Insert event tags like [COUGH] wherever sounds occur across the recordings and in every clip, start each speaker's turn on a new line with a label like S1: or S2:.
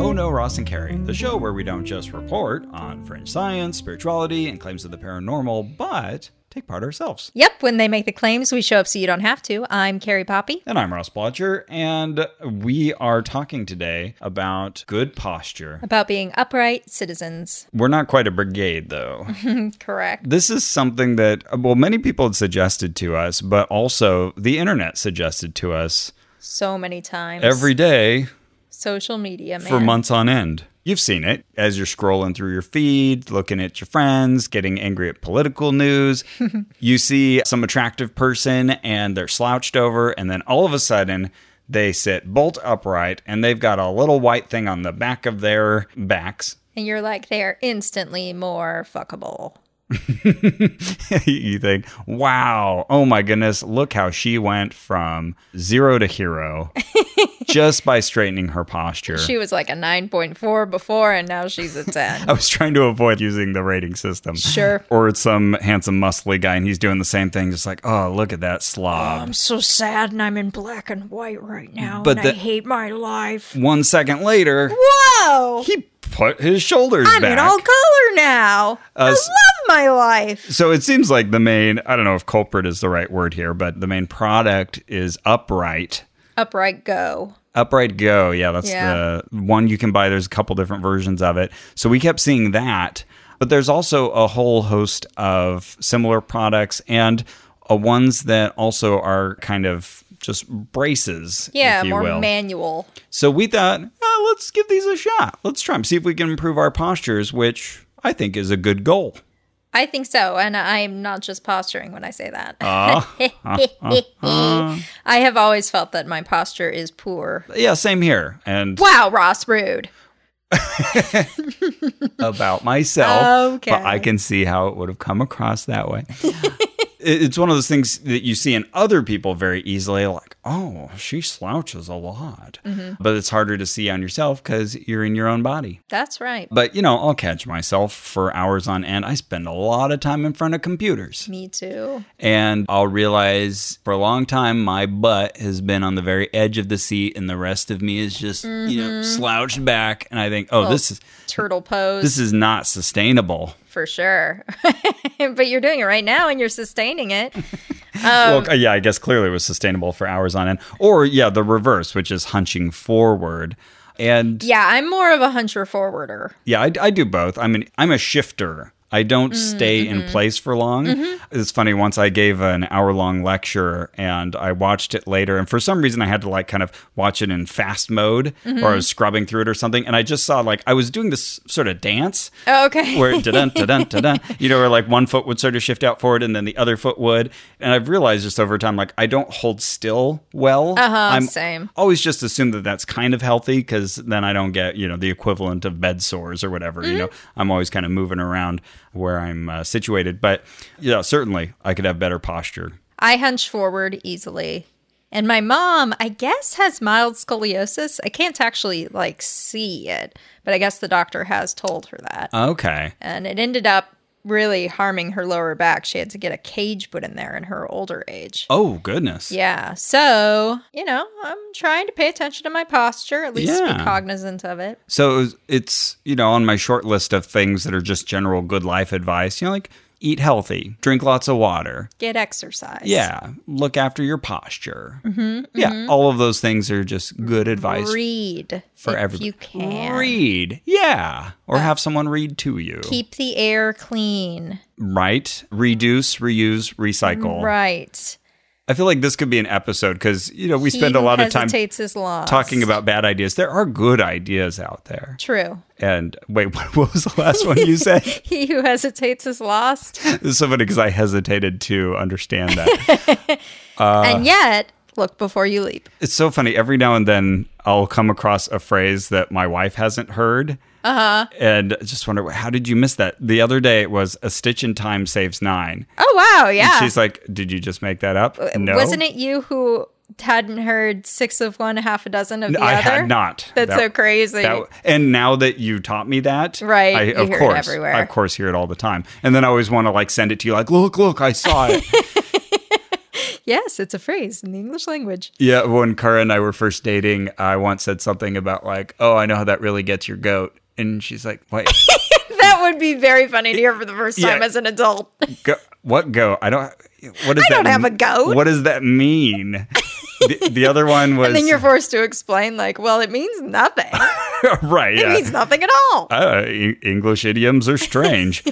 S1: Oh No Ross and Carrie, the show where we don't just report on fringe science, spirituality, and claims of the paranormal, but take part ourselves.
S2: Yep, when they make the claims, we show up so you don't have to. I'm Carrie Poppy.
S1: And I'm Ross Blotcher, and we are talking today about good posture.
S2: About being upright citizens.
S1: We're not quite a brigade, though.
S2: Correct.
S1: This is something that, well, many people had suggested to us, but also the internet suggested to us
S2: So many times.
S1: every day
S2: social media, man.
S1: for months on end. You've seen it as you're scrolling through your feed, looking at your friends, getting angry at political news. you see some attractive person and they're slouched over, and then all of a sudden they sit bolt upright and they've got a little white thing on the back of their backs. [LAUGHS]
S2: And you're like, they are instantly more fuckable.
S1: you think, wow, oh my goodness, look how she went from zero to hero just by straightening her posture.
S2: She was like a 9.4 before, and now
S1: [LAUGHS]
S2: she's a 10.
S1: I was trying to avoid using the rating system.
S2: Sure.
S1: Or it's some handsome, muscly guy, and he's doing the same thing, just like, oh, look at that slob.
S2: I'm so sad, and I'm in black and white right now,
S1: But and I the-
S2: hate my life.
S1: One second later,
S2: Whoa!
S1: he put his shoulders
S2: I'm
S1: back.
S2: in all color now. I love
S1: s-
S2: my life.
S1: so it seems like the main, I don't know if culprit is the right word here, but the main product is Upright.
S2: Upright go.
S1: Upright Go. Yeah, that's
S2: Yeah.
S1: the one you can buy. There's a couple different versions of it. So we kept seeing that. But there's also a whole host of similar products and uh, ones that also are kind of just braces.
S2: Yeah,
S1: if you
S2: more
S1: will.
S2: manual.
S1: So we thought, "Ah, let's give these a shot. Let's try them, see if we can improve our postures, which I think is a good goal.
S2: I think so, and I'm not just posturing when I say that. [LAUGHS] I have always felt that my posture is poor.
S1: Yeah, same here. And
S2: Wow, Ross, rude.
S1: about myself,
S2: Okay.
S1: but I can see how it would have come across that way. [LAUGHS] It- it's one of those things that you see in other people very easily, like, oh, she slouches a lot. But it's harder to see on yourself because you're in your own body.
S2: That's right.
S1: But, you know, I'll catch myself for hours on end. I spend a lot of time in front of computers.
S2: Me too.
S1: And I'll realize for a long time my butt has been on the very edge of the seat and the rest of me is just, you know, slouched back. And I think, oh, this is
S2: Turtle pose
S1: this is not sustainable.
S2: for sure. [LAUGHS] but you're doing it right now and you're sustaining it.
S1: well, yeah, I guess clearly it was sustainable for hours on end. Or yeah, the reverse, which is hunching forward. And
S2: Yeah, I'm more of a huncher forwarder.
S1: yeah, I, I do both. I mean, I'm a shifter. I don't stay in place for long. It's funny. Once I gave an hour long lecture and I watched it later, and for some reason I had to like kind of watch it in fast mode, or I was scrubbing through it or something, and I just saw like I was doing this sort of dance,
S2: Okay.
S1: where da-dun, da-dun, da-dun, you know, where like one foot would sort of shift out forward and then the other foot would. And I've realized just over time, like I don't hold still well.
S2: Uh-huh,
S1: I'm
S2: same.
S1: always just assume that that's kind of healthy because then I don't get, you know, the equivalent of bed sores or whatever. You know,
S2: Mm-hmm.
S1: I'm always kind of moving around where I'm uh, situated. But yeah, certainly I could have better posture.
S2: I hunch forward easily. And my mom, I guess, has mild scoliosis. I can't actually like see it, but I guess the doctor has told her that.
S1: Okay.
S2: and it ended up really harming her lower back. She had to get a cage put in there in her older age.
S1: Oh, goodness.
S2: Yeah. So, you know, I'm trying to pay attention to my posture, at least
S1: Yeah.
S2: be cognizant of it.
S1: So it was- it's, you know, on my short list of things that are just general good life advice, you know, like eat healthy, drink lots of water,
S2: Get exercise.
S1: Yeah. Look after your posture. yeah. All of those things are just good advice
S2: Mm-hmm, Read
S1: for
S2: if
S1: everybody.
S2: You can. Uh,
S1: Read. Yeah. Or have someone read to you.
S2: Keep the air clean.
S1: right. Reduce, reuse, recycle.
S2: Right.
S1: I feel like this could be an episode because, you know, we spend a lot of time
S2: hesitates is lost.
S1: talking about bad ideas. There are good ideas out there.
S2: True. [LAUGHS]
S1: And wait, [LAUGHS] what, what was the last one you said?
S2: He who hesitates is lost.
S1: This is so funny because I hesitated to understand that. Uh.
S2: and yet, look before you leap.
S1: It's so funny. Every now and then, I'll come across a phrase that my wife hasn't heard.
S2: Uh-huh.
S1: Uh huh. And just wonder, how did you miss that? The other day, it was a stitch in time saves nine.
S2: Oh, wow. Yeah.
S1: She's like, did you just make that up? No.
S2: Wasn't it you who hadn't heard six of one, half a dozen of the
S1: I
S2: other?
S1: had not.
S2: That's
S1: That-
S2: so crazy.
S1: that- and now that you taught me that,
S2: Right,
S1: I,
S2: you
S1: of
S2: hear it
S1: course,
S2: everywhere.
S1: I, of course, hear it all the time. And then I always want to like send it to you, like, look, look, I saw
S2: [LAUGHS]
S1: it.
S2: yes, it's a phrase in the English language.
S1: yeah, when Cara and I were first dating, I once said something about like, oh, I know how that really gets your goat, and she's like, what?
S2: That would be very funny to hear for the first time
S1: Yeah.
S2: as an adult.
S1: Go- what goat? I don't. What does
S2: I don't
S1: that
S2: have a goat.
S1: What does that mean? the, the other one was
S2: [LAUGHS] And then you're forced to explain, like, well, it means nothing.
S1: [LAUGHS] right.
S2: It
S1: yeah.
S2: means nothing at all.
S1: uh, E- English idioms are
S2: [LAUGHS]
S1: strange.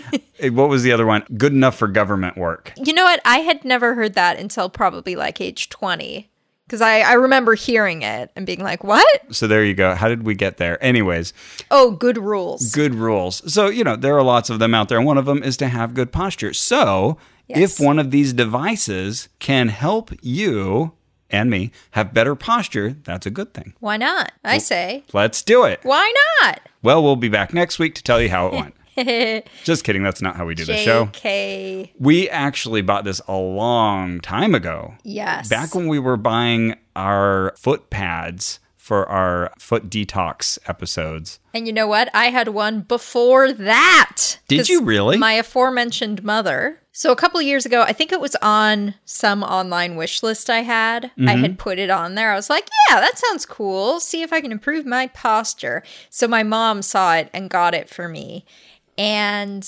S1: Eh, what was the other one? Good enough for government work.
S2: You know what? I had never heard that until probably like age 20. Because I, I remember hearing it and being like, what?
S1: So there you go. How did we get there? Anyways,
S2: Oh, good rules.
S1: good rules. So, you know, there are lots of them out there. and One of them is to have good posture. So,
S2: Yes.
S1: if one of these devices can help you and me have better posture, that's a good thing.
S2: Why not? I say,
S1: Let's do it.
S2: why not?
S1: Well, we'll be back next week to tell you how it went.
S2: [LAUGHS]
S1: Just kidding. That's not how we do the show.
S2: JK.
S1: We actually bought this a long time ago.
S2: Yes.
S1: Back when we were buying our foot pads for our foot detox episodes.
S2: and you know what? I had one before that.
S1: Did
S2: 'Cause
S1: you really?
S2: My aforementioned mother. So a couple of years ago, I think it was on some online wish list I had. I
S1: Mm-hmm.
S2: had put it on there. I was like, yeah, that sounds cool. See if I can improve my posture. So my mom saw it and got it for me. And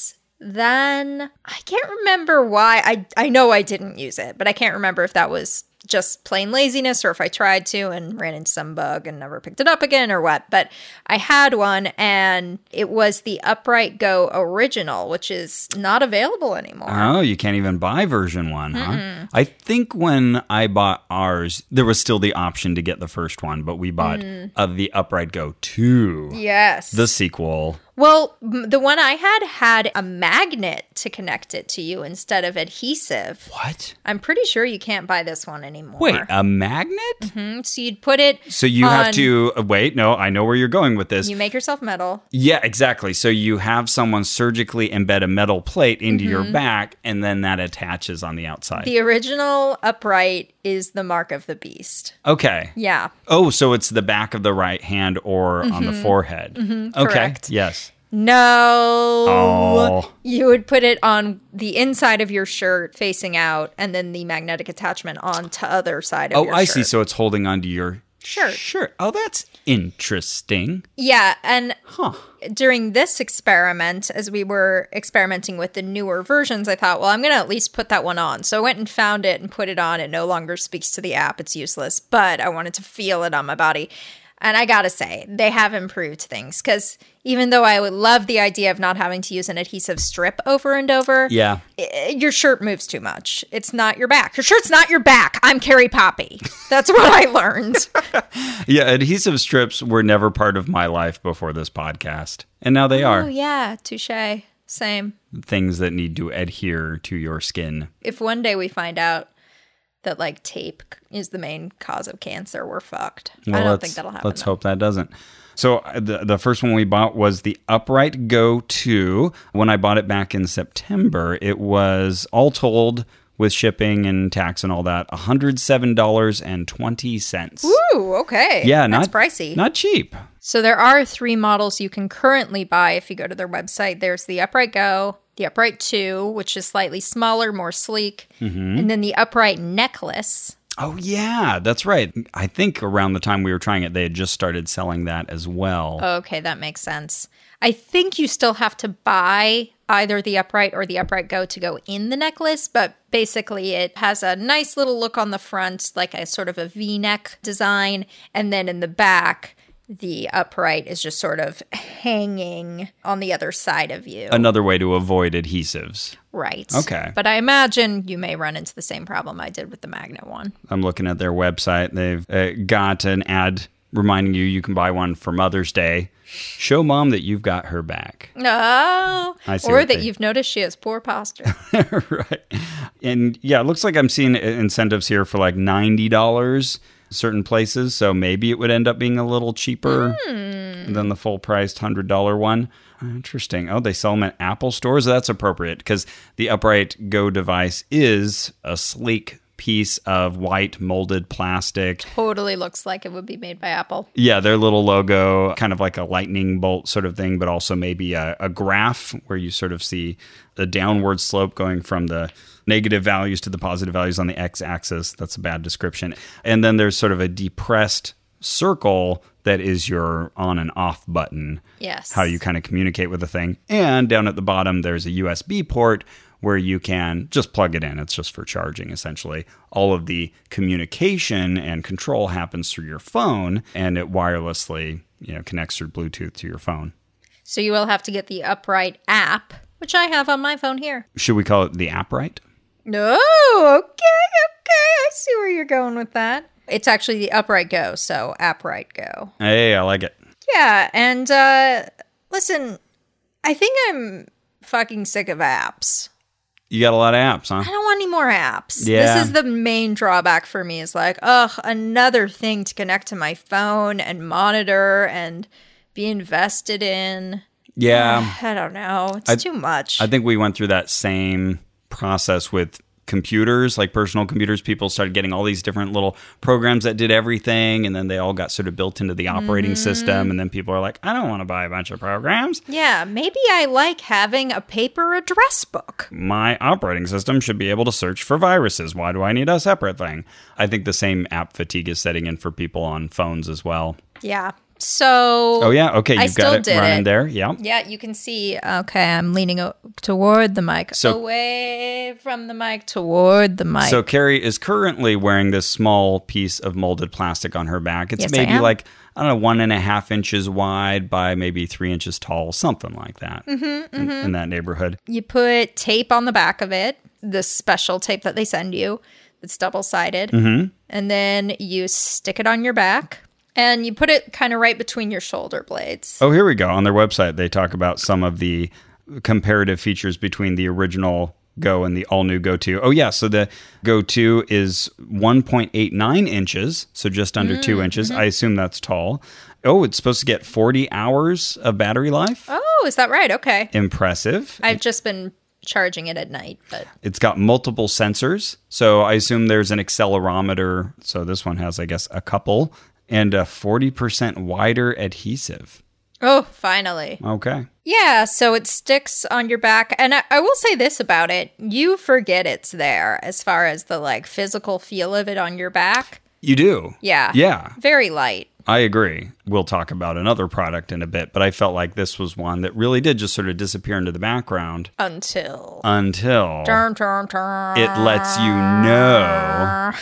S2: then I can't remember why I I know I didn't use it, but I can't remember if that was just plain laziness or if I tried to and ran into some bug and never picked it up again or what. But I had one and it was the Upright Go original, which is not available anymore.
S1: Oh, you can't even buy version one, huh? I think when I bought ours, there was still the option to get the first one, but we bought uh, the Upright Go 2,
S2: Mm. Yes.
S1: the sequel.
S2: well, m- the one I had had a magnet to connect it to you instead of adhesive.
S1: What?
S2: I'm pretty sure you can't buy this one anymore.
S1: Wait, a magnet?
S2: Mhm. So you'd put it,
S1: So you
S2: On-
S1: have to uh, wait. No, I know where you're going with this.
S2: you make yourself metal.
S1: Yeah, exactly. So you have someone surgically embed a metal plate into your back, and then that attaches on the outside.
S2: Mm-hmm. The original upright is the mark of the beast.
S1: okay.
S2: Yeah.
S1: Oh, so it's the back of the right hand or on the forehead. okay.
S2: Mm-hmm. correct.
S1: Yes.
S2: No.
S1: Oh.
S2: You would put it on the inside of your shirt facing out and then the magnetic attachment on to other side of
S1: Oh,
S2: your
S1: I see.
S2: shirt.
S1: So it's holding onto your
S2: Shirt.
S1: Sure. Oh, that's interesting.
S2: Yeah, and
S1: Huh.
S2: [LAUGHS] during this experiment, as we were experimenting with the newer versions, I thought, well, I'm going to at least put that one on. So I went and found it and put it on. It no longer speaks to the app, it's useless, but I wanted to feel it on my body. And I got to say, they have improved things because even though I would love the idea of not having to use an adhesive strip over and over,
S1: Yeah.
S2: i- eh, your shirt moves too much. It's not your back. Your shirt's not your back. I'm Carrie Poppy. That's what I learned.
S1: Yeah. Adhesive strips were never part of my life before this podcast, and now they
S2: oh,
S1: [LAUGHS] are
S2: yeah, touche. Same.
S1: things that need to adhere to your skin.
S2: if one day we find out that like tape is the main cause of cancer, we're fucked. I don't
S1: let's-
S2: think that'll happen.
S1: Let's hope that doesn't. So uh, the the first one we bought was the Upright Go 2. When I bought it back in September, it was all told with shipping and tax and all that, $107.20.
S2: Ooh, okay.
S1: Yeah,
S2: that's
S1: not
S2: pricey.
S1: Not cheap.
S2: so there are three models you can currently buy if you go to their website. There's the Upright Go, the Upright Two, which is slightly smaller, more sleek,
S1: Mm-hmm.
S2: and then the Upright Necklace.
S1: Oh yeah, that's right. I think around the time we were trying it, they had just started selling that as well.
S2: Okay, that makes sense. I think you still have to buy either the upright or the upright go to go in the necklace, but basically it has a nice little look on the front, like a sort of a V neck design. And then in the back, the upright is just sort of hanging on the other side of you.
S1: Another way to avoid adhesives.
S2: right.
S1: Okay.
S2: But I imagine you may run into the same problem I did with the magnet one.
S1: I'm looking at their website. They've uh, got an ad reminding you you can buy one for Mother's Day. Show mom that you've got her back. [LAUGHS]
S2: No.
S1: I see
S2: Oh, or
S1: what
S2: that
S1: they-
S2: you've noticed she has poor posture.
S1: [LAUGHS] right. And yeah, it looks like I'm seeing i- incentives here for like $90 certain places. So maybe it would end up being a little cheaper than the full priced $100 one. Interesting. Oh, they sell them at Apple stores. That's appropriate because the Upright Go device is a sleek piece of white molded plastic.
S2: Totally looks like it would be made by Apple.
S1: Yeah, their little logo, kind of like a lightning bolt sort of thing, but also maybe a, a graph where you sort of see the downward slope going from the negative values to the positive values on the x axis. That's a bad description. And then there's sort of a depressed circle that is your on and off button.
S2: Yes.
S1: How uh, you kind of communicate with the thing. And down at the bottom, there's a USB port where you can just plug it in. It's just for charging, essentially. All of the communication and control happens through your phone, and it wirelessly you know connects through Bluetooth to your phone.
S2: So you will have to get the Upright app, which I have on my phone here.
S1: Should we call it the app right?
S2: No, okay, okay. I see where you're going with that. It's actually the Upright Go, so Upright Go.
S1: Hey, I like it.
S2: Yeah, and uh, listen, I think I'm fucking sick of apps.
S1: You got a lot of apps,
S2: I
S1: huh?
S2: don't want any more apps.
S1: Yeah.
S2: This is the main drawback for me is like, ugh, another thing to connect to my phone and monitor and be invested in.
S1: Yeah.
S2: I don't know. It's too much.
S1: Um, I think we went through that same process with computers, like personal computers. People started getting all these different little programs that did everything, and then they all got sort of built into the operating
S2: Mm-hmm.
S1: system. And then people are like, I don't want to buy a bunch of programs.
S2: yeah, maybe I like having a paper address book.
S1: My operating system should be able to search for viruses. Why do I need a separate thing? I think the same app fatigue is setting in for people on phones as well.
S2: Yeah. So
S1: Oh, yeah. Okay. You've
S2: I
S1: got
S2: still
S1: it
S2: did
S1: running
S2: it.
S1: there. Yeah.
S2: Yeah, you can see. Okay, I'm leaning o- toward the mic.
S1: So-
S2: Away from the mic, toward the mic.
S1: So Carrie is currently wearing this small piece of molded plastic on her back. It's
S2: Yes, I
S1: maybe
S2: am.
S1: like I don't know, one and a half inches wide by maybe three inches tall, something like that. Mm-hmm, In, in that neighborhood,
S2: you put tape on the back of it, the special tape that they send you that's double sided.
S1: Mm-hmm.
S2: And then you stick it on your back and you put it kind of right between your shoulder blades.
S1: oh here we go. On their website, they talk about some of the comparative features between the original Go and the all new Go 2. Oh yeah, so the Go 2 is 1.89 inches, so just under two
S2: Mm,
S1: inches.
S2: mm-hmm.
S1: I assume that's tall. Oh, it's supposed to get 40 hours of battery life.
S2: Oh, is that right? Okay.
S1: Impressive.
S2: I've just been charging it at night, but
S1: It's got multiple sensors. So I assume there's an accelerometer. So this one has, I guess, a couple and a 40% wider adhesive.
S2: oh, finally.
S1: Okay.
S2: Yeah, so it sticks on your back. And I, I will say this about it you forget it's there as far as the like physical feel of it on your back.
S1: You do.
S2: Yeah.
S1: Yeah,
S2: Very light.
S1: I agree. We'll talk about another product in a bit, but I felt like this was one that really did just sort of disappear into the background
S2: Until.
S1: until
S2: Turn, turn, turn.
S1: it lets you know.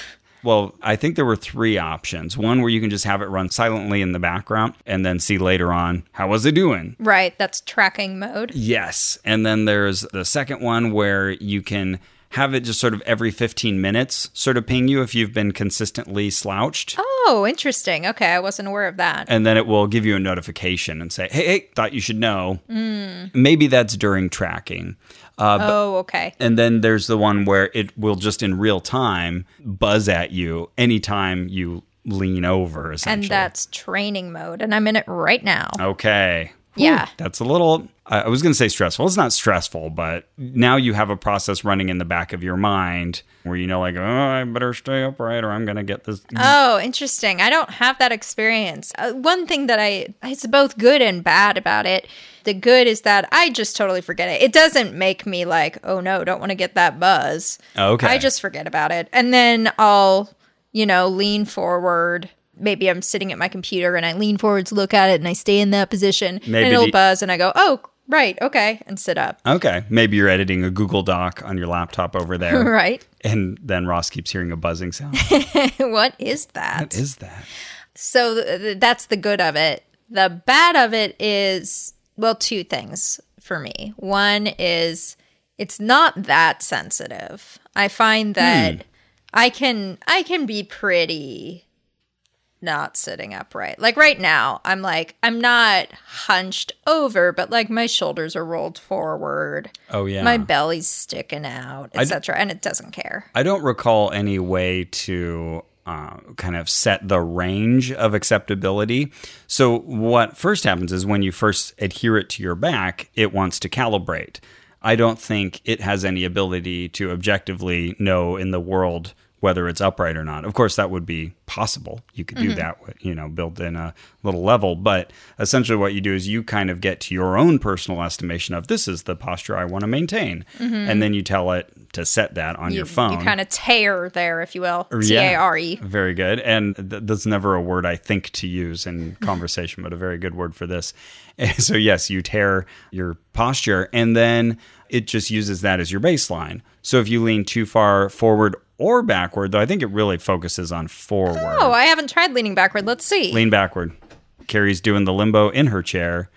S1: Well, I think there were three options. One where you can just have it run silently in the background and then see later on how was it doing?
S2: Right, that's tracking mode.
S1: Yes. And then there's the second one where you can have it just sort of every 15 minutes sort of ping you if you've been consistently slouched.
S2: Oh, interesting. Okay, I wasn't aware of that.
S1: And then it will give you a notification and say, hey, hey, thought you should know.
S2: Mm.
S1: Maybe that's during tracking.
S2: Oh, okay.
S1: And then there's the one where it will just in real time buzz at you anytime you lean over,
S2: And
S1: essentially.
S2: that's training mode, and I'm in it right now.
S1: Oh. Okay.
S2: Yeah.
S1: That's a little, I I was going to say stressful. It's not stressful, but now you have a process running in the back of your mind where you know, like, oh, I better stay upright or I'm going to get this.
S2: Oh, interesting. I don't have that experience. Uh, one thing that I, it's both good and bad about it. The good is that I just totally forget it. It doesn't make me like, oh no, don't want to get that buzz.
S1: Okay.
S2: I just forget about it. And then I'll, you know, lean forward. Maybe I'm sitting at my computer and I lean forward to look at it and I stay in that position
S1: Maybe
S2: and it'll
S1: the-
S2: buzz and I go, oh, right, okay, and sit up. [LAUGHS]
S1: Okay. Maybe you're editing a Google Doc on your laptop over there.
S2: [LAUGHS] Right?
S1: And then Ross keeps hearing a buzzing sound.
S2: what is that? [LAUGHS]
S1: what is that?
S2: So th- th- that's the good of it. The bad of it is, well, two things for me. One is it's not that sensitive. I
S1: Hmm.
S2: find that I can I can be pretty not sitting upright. Like right now, I'm like I'm not hunched over, but like my shoulders are rolled forward.
S1: Oh, yeah.
S2: My belly's sticking out, etc., and it doesn't care.
S1: I don't recall any way to uh, kind of set the range of acceptability. So, what first happens is when you first adhere it to your back, it wants to calibrate. I don't think it has any ability to objectively know in the world whether it's upright or not. Of course, that would be possible. You could do that, with, you know, built in a little level. But essentially, what you do is you kind of get to your own personal estimation of this is the posture I want to maintain, and then you tell it to set that on your phone.
S2: You kind of tear there, if you will. T
S1: Yeah.
S2: A R E.
S1: Very good. And th- that's never a word I think to use
S2: [LAUGHS]
S1: in conversation, but a very good word for this. [LAUGHS] so, yes, you tear your posture and then it just uses that as your baseline. So, if you lean too far forward or backward, though, I think it really focuses on forward.
S2: Oh, I haven't tried leaning backward. Let's see.
S1: Lean backward. Carrie's doing the limbo in her chair.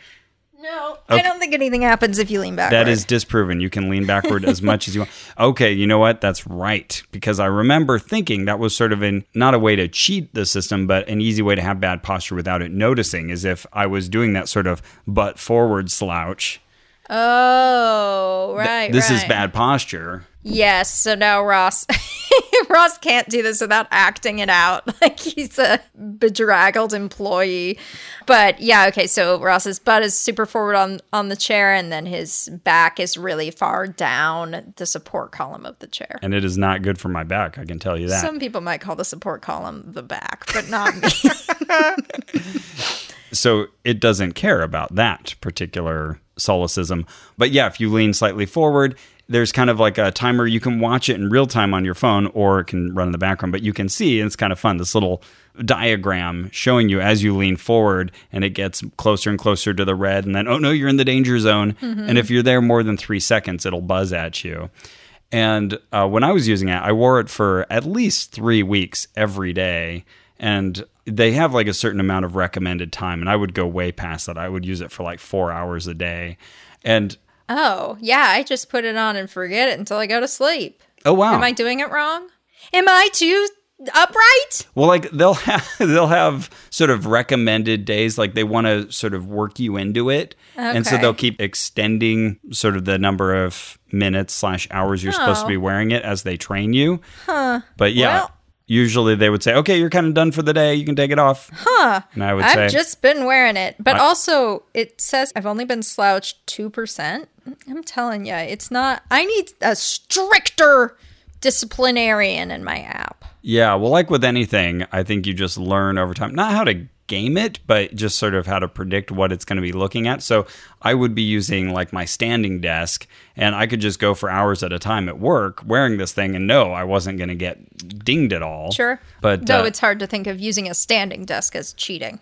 S2: no, Oh, I don't think anything happens if you lean backward.
S1: That is disproven. You can
S2: [LAUGHS]
S1: lean backward as much as you want. Okay, you know what? That's right. Because I remember thinking that was sort of an not a way to cheat the system, but an easy way to have bad posture without it noticing is if I was doing that sort of butt forward slouch.
S2: Oh, right.
S1: this is
S2: right.
S1: bad posture.
S2: Yes. So now Ross, [LAUGHS] Ross can't do this without acting it out. [LAUGHS] Like he's a bedraggled employee. But yeah, okay. So Ross's butt is super forward on on the chair, and then his back is really far down the support column of the chair.
S1: And it is not good for my back, I can tell you that.
S2: Some people might call the support column the back, but not me. [LAUGHS]
S1: so it doesn't care about that particular solecism. But yeah, if you lean slightly forward, there's kind of like a timer. You can watch it in real time on your phone or it can run in the background, but you can see, and it's kind of fun, this little diagram showing you as you lean forward and it gets closer and closer to the red. And then, oh no, you're in the danger zone. And if you're there more than three seconds, it'll buzz at you. And uh, when I was using it, I wore it for at least three weeks every day. And they have like a certain amount of recommended time. And I would go way past that. I would use it for like four hours a day. And
S2: oh, yeah. I just put it on and forget it until I go to sleep.
S1: oh, wow.
S2: Am I doing it wrong? Am I too upright?
S1: Well, like they'll have [LAUGHS] they'll have sort of recommended days, like they want to sort of work you into it, and so
S2: Okay.
S1: they'll keep extending sort of the number of minutes slash hours you're supposed to
S2: Oh.
S1: be wearing it as they train you. Huh. But yeah,
S2: Well-
S1: usually they would say, "Okay, you're kind of done for the day. You can take it off." Huh. And I would
S2: I've
S1: say,
S2: just been wearing it. But
S1: I-
S2: also, it says I've only been slouched 2%. I'm telling you, it's not. I need a stricter disciplinarian in my app.
S1: "Yeah, well, like with anything, I think you just learn over time, not how to." game it but just sort of how to predict what it's going to be looking at so i would be using like my standing desk and I could just go for hours at a time at work wearing this thing and no, I wasn't going to get dinged at all.
S2: Sure.
S1: But
S2: Though
S1: uh,
S2: it's hard to think of using a standing desk as cheating.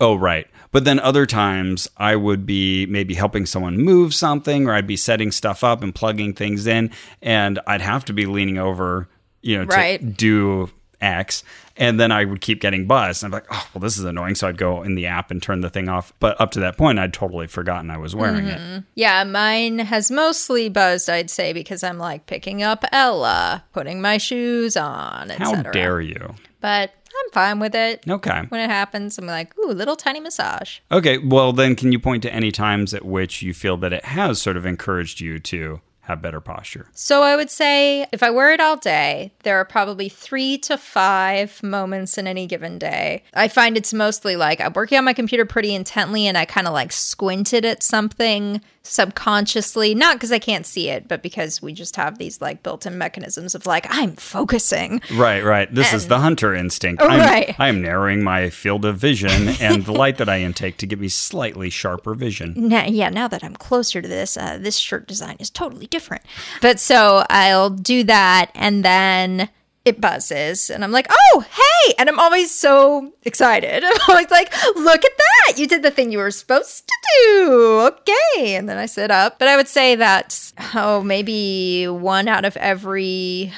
S1: oh right. But then other times I would be maybe helping someone move something or I'd be setting stuff up and plugging things in and I'd have to be leaning over, you know, to
S2: Right.
S1: do X and then I would keep getting buzzed. And I'm like, oh well this is annoying. So I'd go in the app and turn the thing off. But up to that point I'd totally forgotten I was wearing it.
S2: Yeah, mine has mostly buzzed, I'd say, because I'm like picking up Ella, putting my shoes on,
S1: How
S2: etc.
S1: dare you?
S2: But I'm fine with it.
S1: Okay.
S2: When it happens, I'm like, ooh, little tiny massage.
S1: Okay, well then can you point to any times at which you feel that it has sort of encouraged you to have better posture?
S2: So I would say if I wear it all day, there are probably three to five moments in any given day. I find it's mostly like I'm working on my computer pretty intently and I kind of like squinted at something subconsciously, not because I can't see it, but because we just have these like built in mechanisms of like, I'm focusing.
S1: Right, right. This is the hunter instinct. I'm,
S2: Right.
S1: I'm narrowing my field of vision and the light that I intake to give me slightly sharper vision.
S2: Now, yeah, now that I'm closer to this, uh, this shirt design is totally different. But so I'll do that, and then it buzzes, and I'm like, oh, hey! And I'm always so excited. [LAUGHS] I'm always like, look at that! You did the thing you were supposed to do. Okay. And then I sit up. But I would say that, oh, maybe one out of every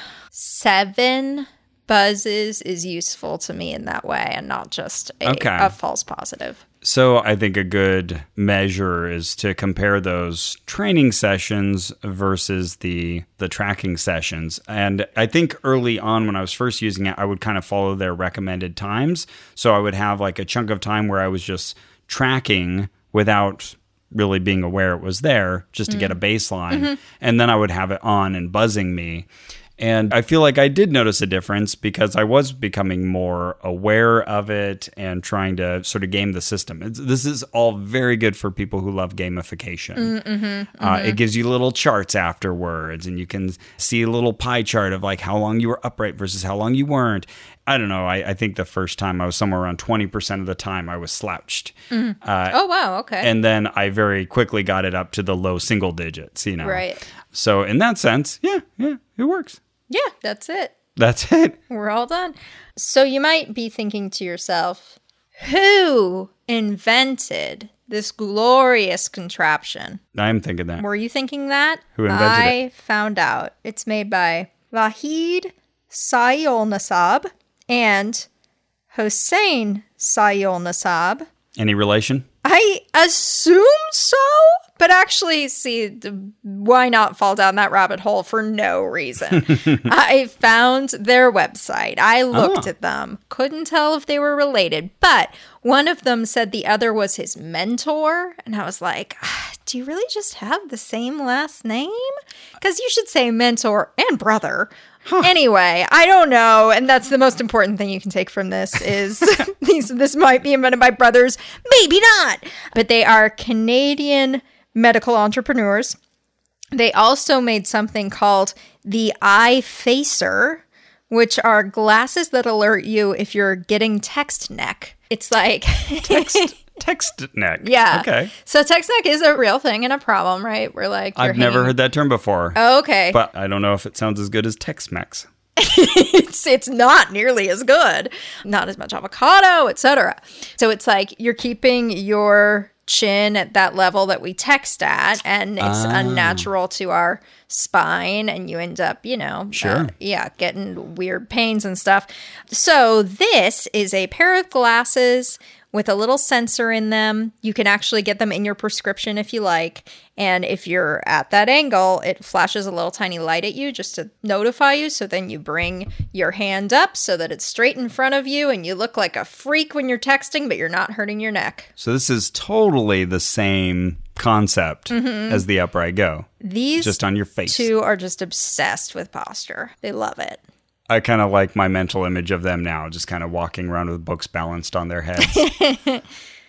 S2: seven buzzes is useful to me in that way and not just a,
S1: Okay.
S2: a false positive.
S1: So I think a good measure is to compare those training sessions versus the the tracking sessions. And I think early on when I was first using it, I would kind of follow their recommended times. So I would have like a chunk of time where I was just tracking without really being aware it was there just to get a baseline and then i would have it on and buzzing me And I feel like I did notice a difference because I was becoming more aware of it and trying to sort of game the system. It's, this is all very good for people who love gamification. Uh, it gives you little charts afterwards, and you can see a little pie chart of like how long you were upright versus how long you weren't. I don't know. I, I think the first time I was somewhere around 20% of the time I was slouched. Uh,
S2: Oh wow, okay.
S1: and then I very quickly got it up to the low single digits, you know.
S2: Right.
S1: So in that sense, yeah, yeah, it works.
S2: yeah, that's it.
S1: That's [LAUGHS] it.
S2: We're all done. So you might be thinking to yourself, who invented this glorious contraption?
S1: I'm thinking that.
S2: Were you thinking that?
S1: Who invented
S2: I found out. It's made by Vahid Sayolnasab and Hossein Sayolnasab.
S1: Any relation?
S2: I assume so, but actually, see, th- why not fall down that rabbit hole for no reason? I found their website. I looked
S1: Ah.
S2: at them, couldn't tell if they were related, but one of them said the other was his mentor. And I was like, "Ah, do you really just have the same last name? Because you should say mentor and brother. Anyway, I don't know, and that's the most important thing you can take from
S1: [LAUGHS]
S2: this is [LAUGHS] these this might be invented by brothers, maybe not. But they are Canadian medical entrepreneurs. They also made something called the eye facer, which are glasses that alert you if you're getting text neck. It's like [LAUGHS]
S1: Text text neck.
S2: yeah.
S1: Okay.
S2: So text neck is a real thing and a problem, right? We're like you're
S1: I've never
S2: hanging-
S1: heard that term before.
S2: Okay.
S1: But I don't know if it sounds as good as Tex Mex.
S2: it's it's not nearly as good not as much avocado etc so it's like you're keeping your chin at that level that we text at and it's unnatural to our spine and you end up you know uh,
S1: Sure.
S2: yeah getting weird pains and stuff so this is a pair of glasses with a little sensor in them you can actually get them in your prescription if you like and if you're at that angle it flashes a little tiny light at you just to notify you so then you bring your hand up so that it's straight in front of you and you look like a freak when you're texting but you're not hurting your neck
S1: So this is totally the same concept as the upright go,
S2: these
S1: just on your face.
S2: Mm-hmm. two are just obsessed with posture they love it
S1: I kind of like my mental image of them now, just kind of walking around with books balanced on their heads.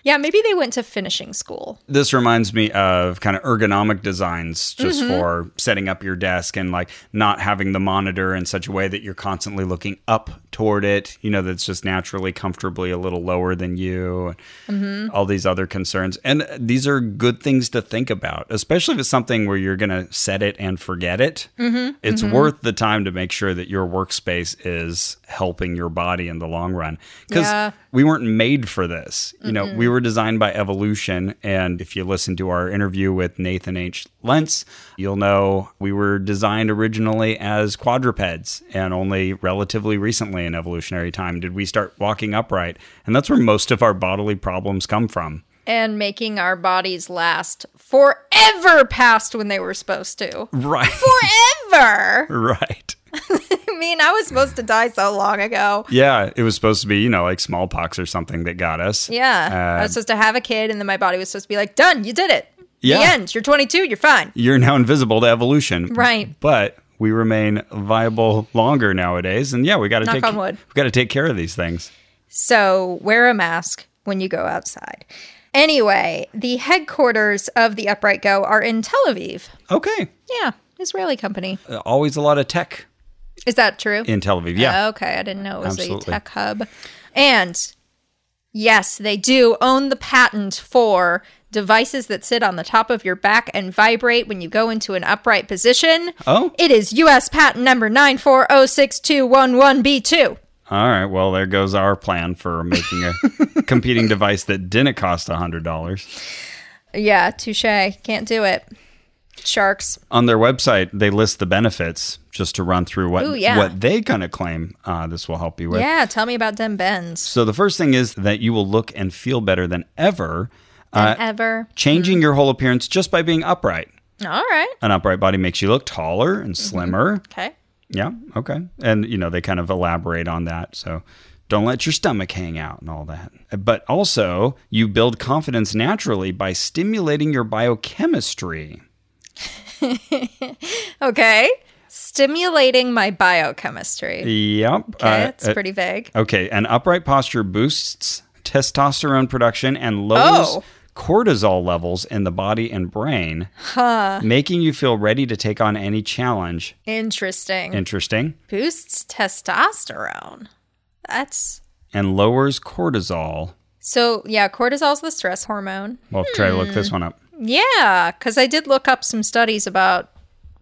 S2: yeah maybe they went to finishing school
S1: this reminds me of kind of ergonomic designs just for setting up your desk and like not having the monitor in such a way that you're constantly looking up toward it you know that's just naturally comfortably a little lower than you all these other concerns and these are good things to think about especially if it's something where you're going to set it and forget it it's worth the time to make sure that your workspace is helping your body in the long run because
S2: Yeah.
S1: we weren't made for this. You know, we were designed by evolution. And if you listen to our interview with Nathan H. Lentz, you'll know we were designed originally as quadrupeds. And only relatively recently in evolutionary time did we start walking upright. And that's where most of our bodily problems come from.
S2: and making our bodies last forever past when they were supposed to
S1: [LAUGHS] Right.
S2: forever
S1: right.
S2: I [LAUGHS] mean, I was supposed to die so long ago.
S1: Yeah. It was supposed to be, you know, like smallpox or something that got us.
S2: Yeah. I
S1: Uh,
S2: was supposed to have a kid, and then my body was supposed to be like, done, you did it.
S1: Yeah.
S2: The end. You're 22, you're fine.
S1: you're now invisible to evolution.
S2: Right.
S1: But we remain viable longer nowadays. And yeah, we gotta
S2: Knock
S1: take
S2: on wood.
S1: we gotta take care of these things.
S2: So wear a mask when you go outside. Anyway, the headquarters of the Upright Go are in Tel Aviv.
S1: Okay.
S2: Yeah, Israeli company.
S1: Uh, Always a lot of tech
S2: Is that true?
S1: in Tel Aviv. Yeah.
S2: Okay, I didn't know it was
S1: Absolutely.
S2: a tech hub. And yes, they do own the patent for devices that sit on the top of your back and vibrate when you go into an upright position.
S1: Oh.
S2: It is US patent number 9406211B2.
S1: All right. Well, there goes our plan for making
S2: [LAUGHS]
S1: a competing device that didn't cost hundred dollars.
S2: Yeah, touche. Can't do it. Sharks.
S1: On their website, they list the benefits just to run through what
S2: Ooh, yeah.
S1: what they kind of claim uh, this will help you with.
S2: Yeah, tell me about them bends.
S1: So the first thing is that you will look and feel better than ever, uh,
S2: Ever.
S1: changing your whole appearance just by being upright.
S2: All right.
S1: an upright body makes you look taller and
S2: Mm-hmm.
S1: slimmer.
S2: Okay.
S1: Yeah, okay. And you know, they kind of elaborate on that. So don't let your stomach hang out and all that. But also, you build confidence naturally by stimulating your biochemistry.
S2: Okay. Stimulating my biochemistry.
S1: Yep.
S2: Okay,
S1: Uh,
S2: that's
S1: uh,
S2: pretty vague.
S1: okay. And upright posture boosts testosterone production and lowers
S2: Oh.
S1: cortisol levels in the body and brain, making you feel ready to take on any challenge.
S2: Interesting.
S1: Interesting.
S2: Boosts testosterone. That's
S1: And lowers cortisol.
S2: so, yeah, cortisol's the stress hormone.
S1: Well, try to look this
S2: Hmm.
S1: one up.
S2: Yeah, because I did look up some studies about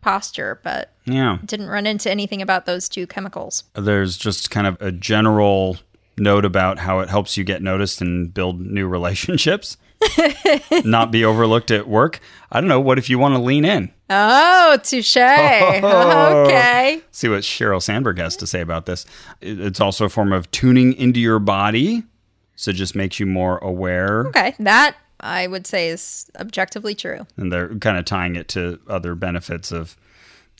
S2: posture, but
S1: Yeah.
S2: didn't run into anything about those two chemicals.
S1: There's just kind of a general note about how it helps you get noticed and build new
S2: [LAUGHS]
S1: relationships, not be overlooked at work. I don't know. What if you want to lean in?
S2: Oh,
S1: [LAUGHS]
S2: touche.
S1: Oh.
S2: Okay.
S1: See what Sheryl Sandberg has to say about this. It- It's also a form of tuning into your body. So it just makes you more aware.
S2: Okay. That I would say is objectively true.
S1: And they're kind of tying it to other benefits of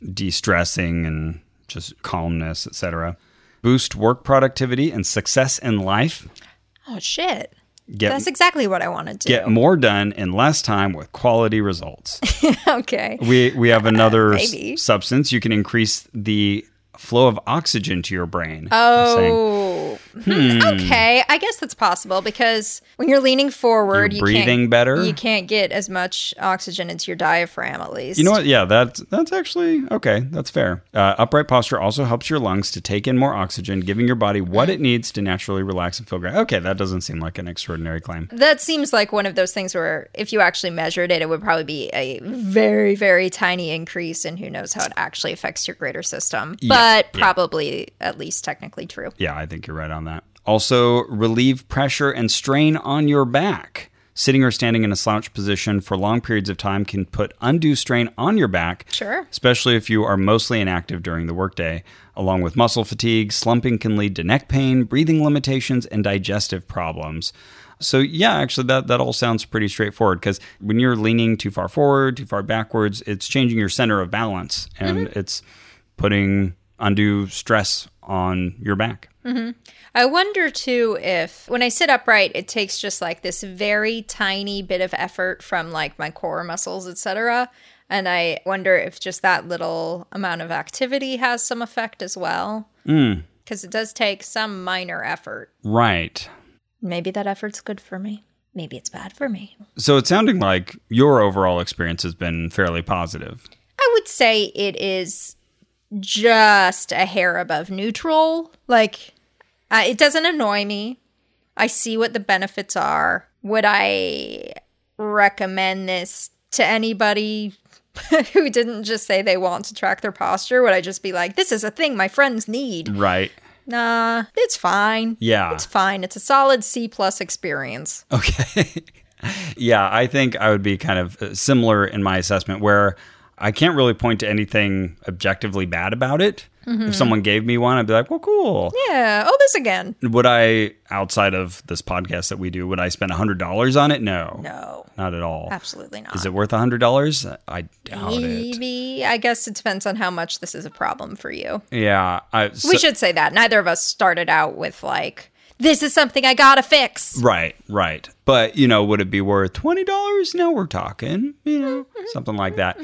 S1: de stressing and just calmness, etc. Boost work productivity and success in life.
S2: Oh, shit.
S1: Get,
S2: That's exactly what I wanted to do.
S1: get more done in less time with quality results.
S2: [LAUGHS] okay.
S1: we, we
S2: [LAUGHS]
S1: have another s-
S2: Maybe.
S1: substance. You can increase the flow of oxygen to your brain. I'm saying.
S2: Oh, Hmm, okay. I guess that's possible because when you're leaning forward,
S1: You're
S2: you can't-
S1: breathing better.
S2: You can't get as much oxygen into your diaphragm, at least.
S1: You know what? Yeah, that's that's actually okay. That's fair. Uh, upright posture also helps your lungs to take in more oxygen, giving your body what it needs to naturally relax and feel great. Okay, that doesn't seem like an extraordinary claim.
S2: That seems like one of those things where if you actually measured it, it would probably be a very, very tiny increase, and who knows how it actually affects your greater system. but probably at least technically true.
S1: Yeah, I think you're right on that. Also, relieve pressure and strain on your back. Sitting or standing in a slouch position for long periods of time can put undue strain on your back.
S2: Sure.
S1: Especially if you are mostly inactive during the workday. Along with muscle fatigue, slumping can lead to neck pain, breathing limitations, and digestive problems. So, yeah, actually, that, that all sounds pretty straightforward because when you're leaning too far forward, too far backwards, it's changing your center of balance and it's putting undue stress on your back.
S2: I wonder too if when I sit upright, it takes just like this very tiny bit of effort from like my core muscles, etc. And I wonder if just that little amount of activity has some effect as well. Because it does take some minor effort.
S1: Right.
S2: Maybe that effort's good for me. Maybe it's bad for me.
S1: So it's sounding like your overall experience has been fairly positive.
S2: I would say it is just a hair above neutral. Like, uh, it doesn't annoy me. I see what the benefits are. Would I recommend this to anybody [LAUGHS] who didn't just say they want to track their posture? Would I just be like, this is a thing my friends need?
S1: Right.
S2: Nah, it's fine.
S1: Yeah.
S2: It's fine. It's a solid C plus experience.
S1: Okay. yeah, I think I would be kind of uh, similar in my assessment where I can't really point to anything objectively bad about it. If someone gave me one, I'd be like, well, cool.
S2: Mm-hmm. Yeah. Oh, this again.
S1: Would I, outside of this podcast that we do, would I spend $100 on it? No.
S2: No,
S1: Not at all.
S2: absolutely not.
S1: Is it worth $100? I doubt it.
S2: Maybe. I guess it depends on how much this is a problem for you.
S1: Yeah. I, so-
S2: we should say that. Neither of us started out with, like, this is something I gotta fix.
S1: Right, right. But, you know, would it be worth $20? No, we're talking, you know, something like that.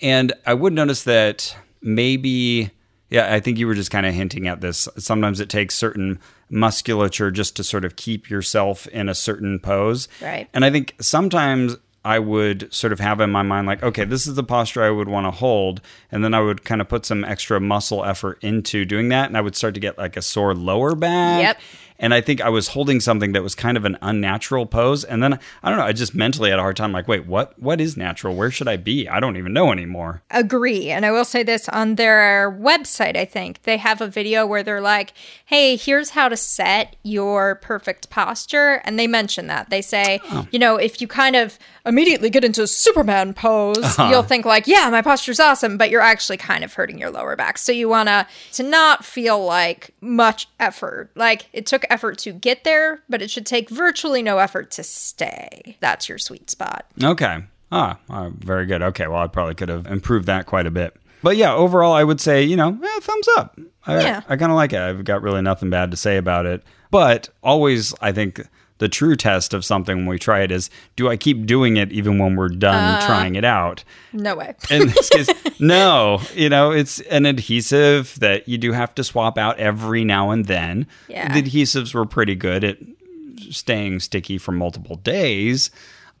S1: And I would notice that maybe, yeah, I think you were just kind of hinting at this. Sometimes it takes certain musculature just to sort of keep yourself in a certain pose.
S2: Right.
S1: And I think sometimes I would sort of have in my mind, like, okay, this is the posture I would want to hold. And then I would kind of put some extra muscle effort into doing that. And I would start to get like a sore lower back.
S2: Yep.
S1: And I think I was holding something that was kind of an unnatural pose. And then I don't know, I just mentally had a hard time like, wait, what what is natural? Where should I be? I don't even know anymore.
S2: Agree. And I will say this on their website, I think they have a video where they're like, hey, here's how to set your perfect posture. And they mention that. They say,
S1: Oh.
S2: you know, if you kind of immediately get into Superman pose,
S1: Uh-huh.
S2: you'll think, like, yeah, my posture's awesome, but you're actually kind of hurting your lower back. So you want to to not feel like much effort. Like it took effort to get there, but it should take virtually no effort to stay. That's your sweet spot.
S1: Okay. Ah, ah, very good. Okay. Well, I probably could have improved that quite a bit. But yeah, overall, I would say, you know, eh, thumbs up. I,
S2: Yeah.
S1: I kind of like it. I've got really nothing bad to say about it. But always, I think the true test of something when we try it is do I keep doing it even when we're done
S2: Uh-huh.
S1: trying it out?
S2: No way.
S1: in this case, [LAUGHS] no, you know, it's an adhesive that you do have to swap out every now and then.
S2: Yeah.
S1: The adhesives were pretty good at staying sticky for multiple days.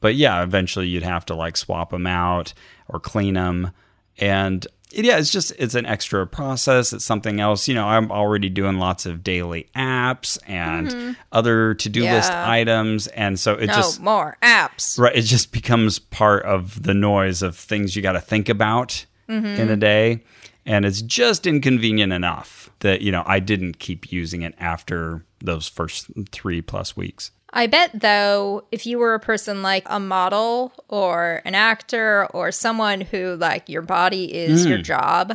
S1: But yeah, eventually you'd have to like swap them out or clean them. And it- yeah, it's just, it's an extra process. It's something else. You know, I'm already doing lots of daily apps and other to do list
S2: Mm-hmm. Yeah.
S1: items. And so it
S2: No
S1: just,
S2: more apps.
S1: Right. It just becomes part of the noise of things you got to think about in a day. And it's just inconvenient enough that, you know, I didn't keep using it after those first three plus weeks.
S2: I bet, though, if you were a person like a model or an actor or someone who, like, your body is your job,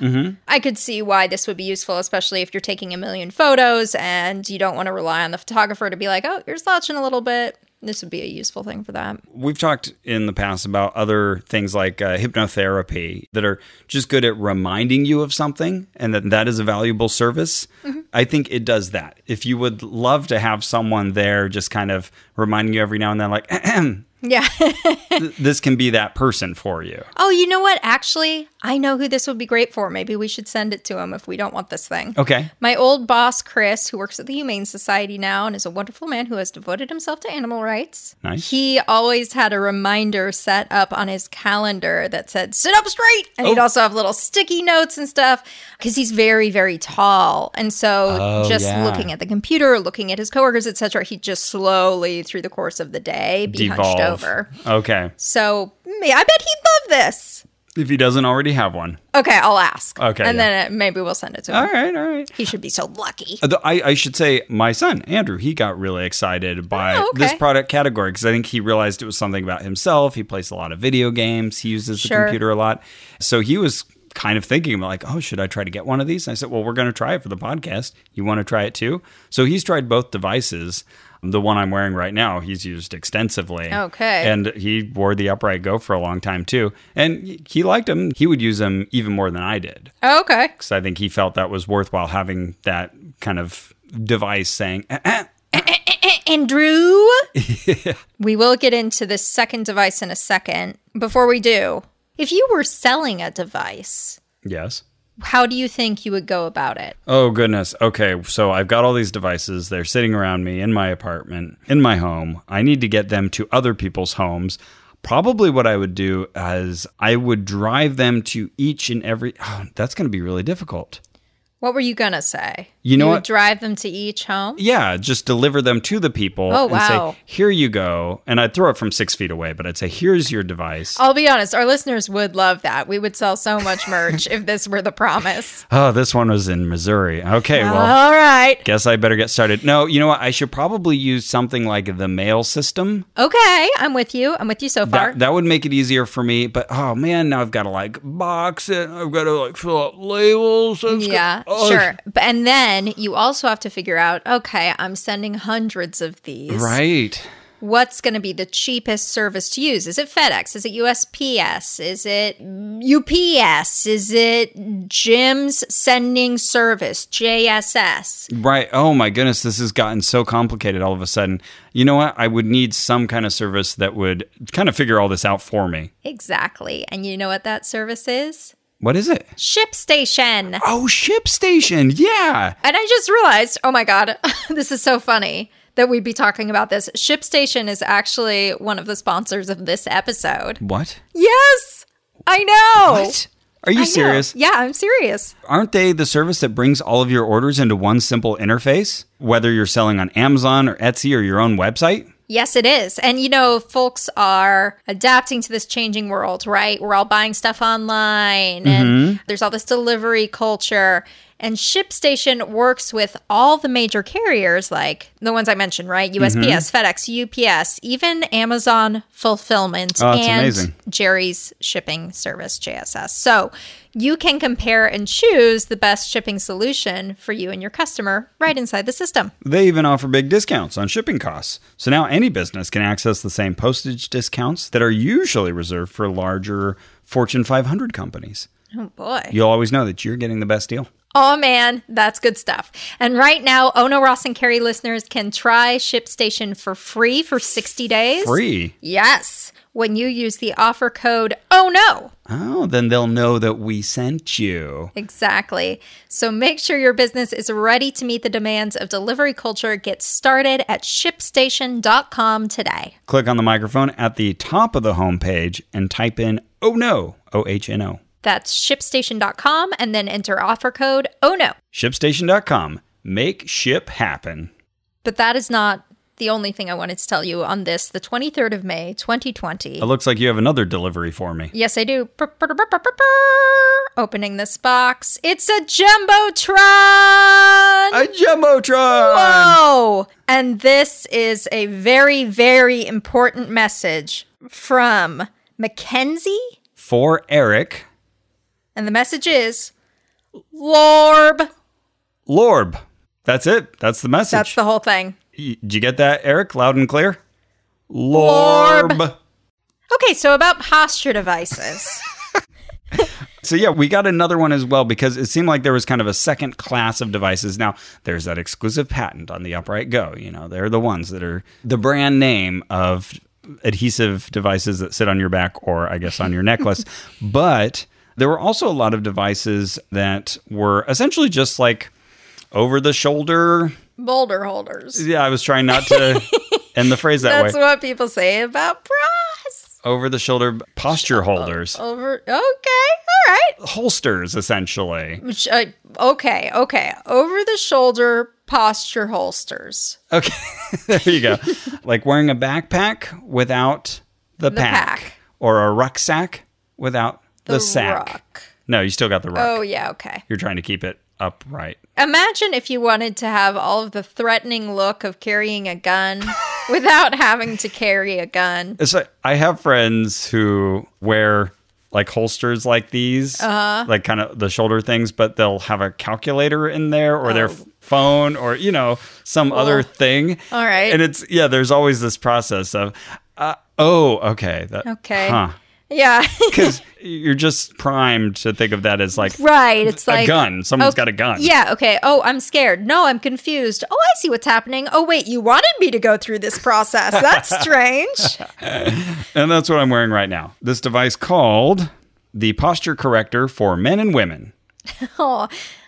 S2: I could see why this would be useful, especially if you're taking a million photos and you don't want to rely on the photographer to be like, oh, you're slouching a little bit. This would be a useful thing for that.
S1: We've talked in the past about other things like uh, hypnotherapy that are just good at reminding you of something and that that is a valuable service. I think it does that. If you would love to have someone there just kind of reminding you every now and then, like, [CLEARS THROAT]
S2: Yeah. [LAUGHS]
S1: th- this can be that person for you.
S2: oh, you know what? Actually, I know who this would be great for. Maybe we should send it to him if we don't want this thing.
S1: Okay.
S2: My old boss, Chris, who works at the Humane Society now and is a wonderful man who has devoted himself to animal rights.
S1: Nice.
S2: He always had a reminder set up on his calendar that said, sit up straight. And he'd
S1: Oh.
S2: also have little sticky notes and stuff because he's very, very tall. And so
S1: Oh,
S2: just
S1: yeah.
S2: looking at the computer, looking at his coworkers, etc., he'd just slowly through the course of the day be hunched over.
S1: Okay.
S2: So mm, I bet he'd love this.
S1: If he doesn't already have one.
S2: Okay, I'll ask.
S1: Okay,
S2: And
S1: yeah.
S2: then uh, maybe we'll send it to him.
S1: All right, all right.
S2: He should be so lucky.
S1: Uh, I, I should say, my son, Andrew, he got really excited by
S2: Oh, okay.
S1: this product category because I think he realized it was something about himself. He plays a lot of video games, he uses
S2: Sure.
S1: the computer a lot. So he was kind of thinking, like, oh, should I try to get one of these? And I said, well, we're going to try it for the podcast. You want to try it too? So he's tried both devices. The one I'm wearing right now, he's used extensively.
S2: Okay.
S1: And he wore the upright go for a long time too. And he liked them. He would use them even more than I did.
S2: Okay.
S1: because I think he felt that was worthwhile having that kind of device saying, [CLEARS THROAT] "Eh, eh." [LAUGHS]
S2: Andrew. We will get into the second device in a second. Before we do, if you were selling a device,
S1: yes.
S2: how do you think you would go about it?
S1: Oh, goodness. Okay. So I've got all these devices. They're sitting around me in my apartment, in my home. I need to get them to other people's homes. Probably what I would do is I would drive them to each and every. [SIGHS] Oh, that's going to be really difficult.
S2: What were you gonna say?
S1: You know
S2: would
S1: what?
S2: drive them to each home.
S1: Yeah, just deliver them to the people
S2: Oh,
S1: and
S2: wow.
S1: say, here you go. And I'd throw it from six feet away, but I'd say, here's your device.
S2: I'll be honest, our listeners would love that. We would sell
S1: [LAUGHS]
S2: so much merch if this were the promise.
S1: Oh, this one was in Missouri. Okay, well.
S2: All right.
S1: Guess I better get started. No, you know what? I should probably use something like the mail system.
S2: Okay, I'm with you. I'm with you so far.
S1: That, that would make it easier for me. But oh man, now I've got to like box it. I've got to like fill out labels. I've got-
S2: yeah,
S1: oh,
S2: sure. But, and then you also have to figure out, okay, I'm sending hundreds of these.
S1: Right.
S2: what's going to be the cheapest service to use? Is it FedEx? Is it USPS? Is it UPS? Is it Jim's Sending Service, JSS?
S1: Right. Oh my goodness, this has gotten so complicated all of a sudden. You know what? I would need some kind of service that would kind of figure all this out for me.
S2: Exactly. And you know what that service is?
S1: What is it?
S2: ShipStation.
S1: Oh, ship station. Yeah.
S2: And I just realized, oh my God, [LAUGHS] this is so funny that we'd be talking about this. ShipStation is actually one of the sponsors of this episode.
S1: What?
S2: Yes, I know.
S1: What? Are you
S2: I know.
S1: serious?
S2: Yeah, I'm serious.
S1: Aren't they the service that brings all of your orders into one simple interface? Whether you're selling on Amazon or Etsy or your own website?
S2: Yes, it is. And you know, folks are adapting to this changing world, right? We're all buying stuff online and
S1: Mm-hmm.
S2: there's all this delivery culture. And ShipStation works with all the major carriers, like the ones I mentioned,
S1: Mm-hmm.
S2: right? USPS, FedEx, UPS, even Amazon Fulfillment
S1: Oh, that's
S2: and
S1: amazing.
S2: Jerry's Shipping Service, JSS. So you can compare and choose the best shipping solution for you and your customer right inside the system.
S1: They even offer big discounts on shipping costs. So now any business can access the same postage discounts that are usually reserved for larger Fortune 500 companies.
S2: Oh, boy.
S1: You'll always know that you're getting the best deal.
S2: Oh man, that's good stuff. And right now, Ono Ross and Carrie listeners can try ShipStation for free for 60 days.
S1: Free.
S2: Yes, when you use the offer code ONO.
S1: Oh, then they'll know that we sent you.
S2: Exactly. So make sure your business is ready to meet the demands of delivery culture. Get started at shipstation.com today.
S1: Click on the microphone at the top of the homepage and type in oh no, O H N O.
S2: That's shipstation.com and then enter offer code ONO.
S1: ShipStation.com. Make ship happen.
S2: But that is not the only thing I wanted to tell you on this, the 23rd of May, 2020.
S1: It looks like you have another delivery for me.
S2: Yes, I do. Opening this box. It's a Jumbotron!
S1: A Jumbotron!
S2: Oh! And this is a very, very important message from Mackenzie.
S1: For Eric,
S2: And the message is Lorb.
S1: Lorb. That's it. That's the message.
S2: That's the whole thing.
S1: Y- Did you get that, Eric? Loud and clear?
S2: Lorb.
S1: Lorb.
S2: Okay, so about
S1: [LAUGHS]
S2: posture devices.
S1: So yeah, we got another one as well because it seemed like there was kind of a second class of devices. Now there's that exclusive patent on the Upright Go. You know, they're the ones that are the brand name of adhesive devices that sit on your back or I guess on your necklace. But there were also a lot of devices that were essentially just like over the shoulder.
S2: Boulder holders.
S1: Yeah, I was trying not to end the phrase that
S2: That's
S1: way.
S2: what people say about bras.
S1: over the shoulder posture holders,
S2: Over. Okay. All right.
S1: holsters essentially.
S2: Which, uh, okay. Okay. Over the shoulder posture holsters.
S1: Okay, [LAUGHS] there you go. like wearing a backpack without the, pack.
S2: pack.
S1: or a rucksack without the, sack.
S2: ruck.
S1: No, you still got the ruck.
S2: Oh, yeah. Okay.
S1: You're trying to keep it upright.
S2: Imagine if you wanted to have all of the threatening look of carrying
S1: [LAUGHS]
S2: a gun without having to carry a gun.
S1: It's like, I have friends who wear like holsters like these,
S2: Uh-huh.
S1: like kind of the shoulder things, but they'll have a calculator in there or their
S2: Oh.
S1: f- phone or, you know, some other thing.
S2: All right.
S1: And it's, yeah, there's always this process of, uh, oh, okay. That,
S2: Okay.
S1: Huh.
S2: Yeah. [LAUGHS]
S1: Because [LAUGHS] you're just primed to think of that as like
S2: right. It's
S1: a
S2: like
S1: gun. Someone's
S2: Someone's
S1: got a gun.
S2: Yeah, okay. Oh, I'm scared. No, I'm confused. Oh, I see what's happening. Oh, wait, you wanted me to go through this
S1: [LAUGHS]
S2: process. That's strange.
S1: And that's what I'm wearing right now. This device called the Posture Corrector for Men and Women.
S2: Oh,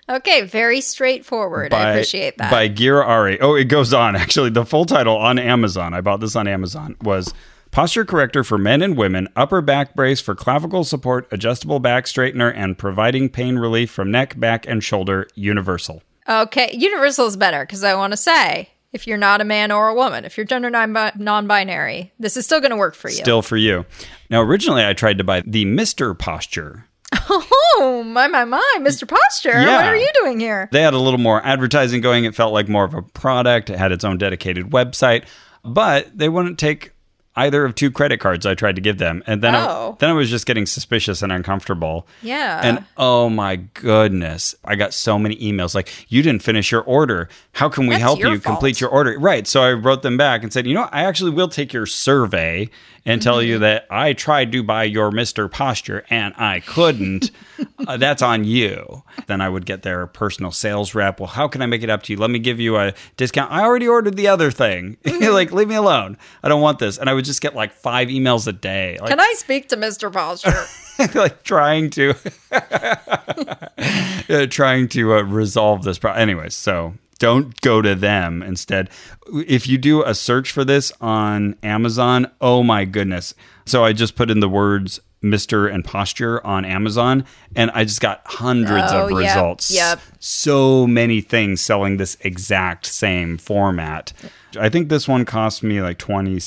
S2: okay. Very straightforward. I appreciate that.
S1: By Gear Ari. Oh, it goes on. [LAUGHS] Actually, the full title on Amazon, I bought this on Amazon, was Posture Corrector for Men and Women, Upper Back Brace for Clavicle Support, Adjustable Back Straightener, and Providing Pain Relief from Neck, Back, and Shoulder, Universal.
S2: Okay, universal is better because I want to say if you're not a man or a woman, if you're gender non- non-binary, this is still going to work for you.
S1: Still for you. Now, originally, I tried to buy the Mr. Posture.
S2: [LAUGHS] Oh my my my, Mr. Posture, what
S1: Yeah.
S2: are you doing here?
S1: They had a little more advertising going. It felt like more of a product. It had its own dedicated website, but they wouldn't take either of two credit cards I tried to give them. And then, I,
S2: Oh.
S1: then I was just getting suspicious and uncomfortable.
S2: Yeah.
S1: And oh my goodness, I got so many emails like, you didn't finish your order. How can we
S2: That's
S1: help
S2: your
S1: you complete
S2: fault."
S1: your order? Right. So I wrote them back and said, you know, I actually will take your survey and tell you that I tried to buy your Mr. Posture and I couldn't. Uh, that's on you. Then I would get their personal sales rep. Well, how can I make it up to you? Let me give you a discount. I already ordered the other thing. [LAUGHS] like, leave me alone. I don't want this. And I would just get like five emails a day. Like,
S2: Can I speak to Mr. Posture?
S1: [LAUGHS]
S2: [LAUGHS]
S1: like trying to uh, trying to uh, resolve this problem. Anyways, so don't go to them instead. If you do a search for this on Amazon, oh my goodness. So I just put in the words Mr. and Posture on Amazon and I just got hundreds
S2: Oh,
S1: of
S2: yep,
S1: results.
S2: yep.
S1: So many things selling this exact same format. I think this one cost me like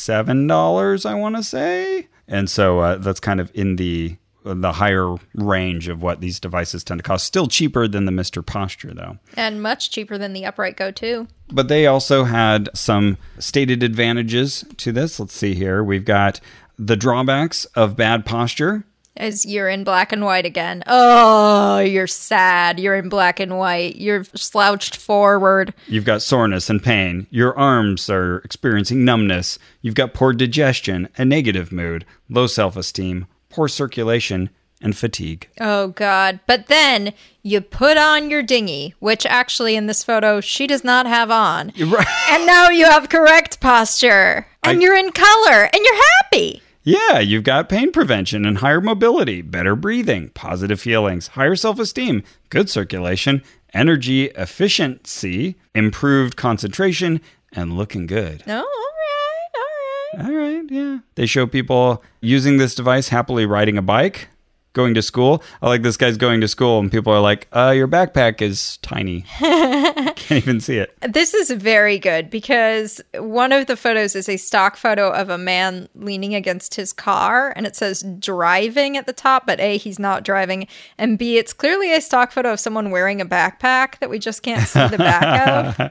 S1: $27, I want to say. And so uh, that's kind of in the the higher range of what these devices tend to cost. Still cheaper than the Mr. Posture though.
S2: and much cheaper than the upright go too.
S1: But they also had some stated advantages to this. Let's see here. We've got the drawbacks of bad posture.
S2: As you're in black and white again. Oh, you're sad. You're in black and white. You're slouched forward.
S1: You've got soreness and pain. Your arms are experiencing numbness. You've got poor digestion, a negative mood, low self esteem, poor circulation, and fatigue.
S2: Oh, God. But then you put on your dinghy, which actually in this photo she does not have on.
S1: Right.
S2: And now you have correct posture. And
S1: I-
S2: you're in color and you're happy.
S1: [LAUGHS] Yeah, you've got pain prevention and higher mobility, better breathing, positive feelings, higher self esteem, good circulation, energy efficiency, improved concentration, and looking good.
S2: No, all right, all right.
S1: All right, yeah. They show people using this device happily riding a bike, going to school. I like this guy's going to school, and people are like, uh, your backpack is tiny. [LAUGHS] Can't even see it.
S2: This is very good because one of the photos is a stock photo of a man leaning against his car and it says driving at the top, but A, he's not driving, and B, it's clearly a stock photo of someone wearing a backpack that we just can't see the back of.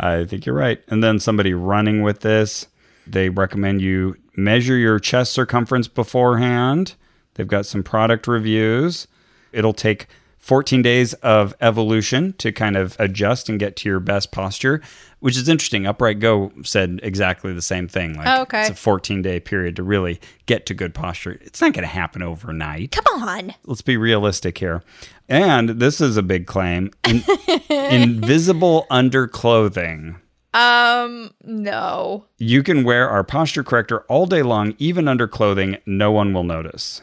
S1: I think you're right. And then somebody running with this, they recommend you measure your chest circumference beforehand. They've got some product reviews. It'll take 14 days of evolution to kind of adjust and get to your best posture, which is interesting. Upright Go said exactly the same thing. Like,
S2: Oh, okay.
S1: it's a 14 day period to really get to good posture. It's not going to happen overnight
S2: [LAUGHS] Come on.
S1: let's be realistic here. And this is a big claim
S2: [LAUGHS]
S1: in, invisible underclothing.
S2: Um, no.
S1: You can wear our posture corrector all day long, even under clothing. No one will notice.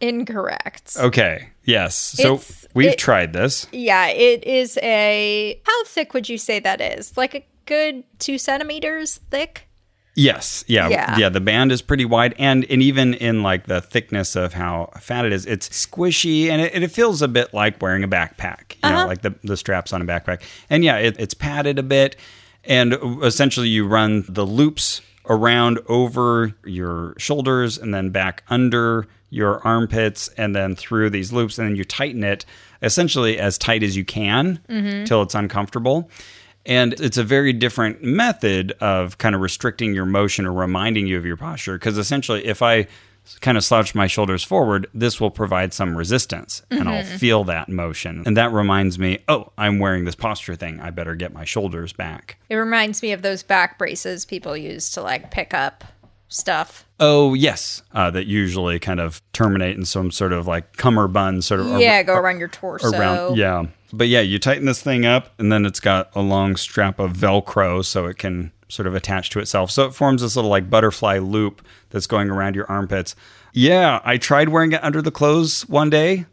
S2: Incorrect.
S1: Okay. Yes. So
S2: It's-
S1: we've
S2: it-
S1: tried this.
S2: Yeah, it is a. How thick would you say that is? Like a good two centimeters thick?
S1: Yes. Yeah.
S2: Yeah.
S1: yeah. The band is pretty wide, and and even in like the thickness of how fat it is, it's squishy, and it, and it feels a bit like wearing a backpack. You know, like the the straps on a backpack. And yeah, it, it's padded a bit, and essentially you run the loops around over your shoulders and then back under your armpits and then through these loops and then you tighten it essentially as tight as you can till it's uncomfortable and it's a very different method of kind of restricting your motion or reminding you of your posture. Because essentially, if I kind of slouch my shoulders forward, this will provide some resistance and I'll feel that motion. And that reminds me, oh, I'm wearing this posture thing. I better get my shoulders back.
S2: It reminds me of those back braces people use to like pick up stuff.
S1: Oh, yes. Uh, that usually kind of terminate in some sort of like cummerbund sort of ar-
S2: Yeah, go around your torso.
S1: around yeah but yeah you tighten this thing up and then it's got a long strap of velcro so it can sort of attach to itself so it forms this little like butterfly loop that's going around your armpits yeah i tried wearing it under the clothes one day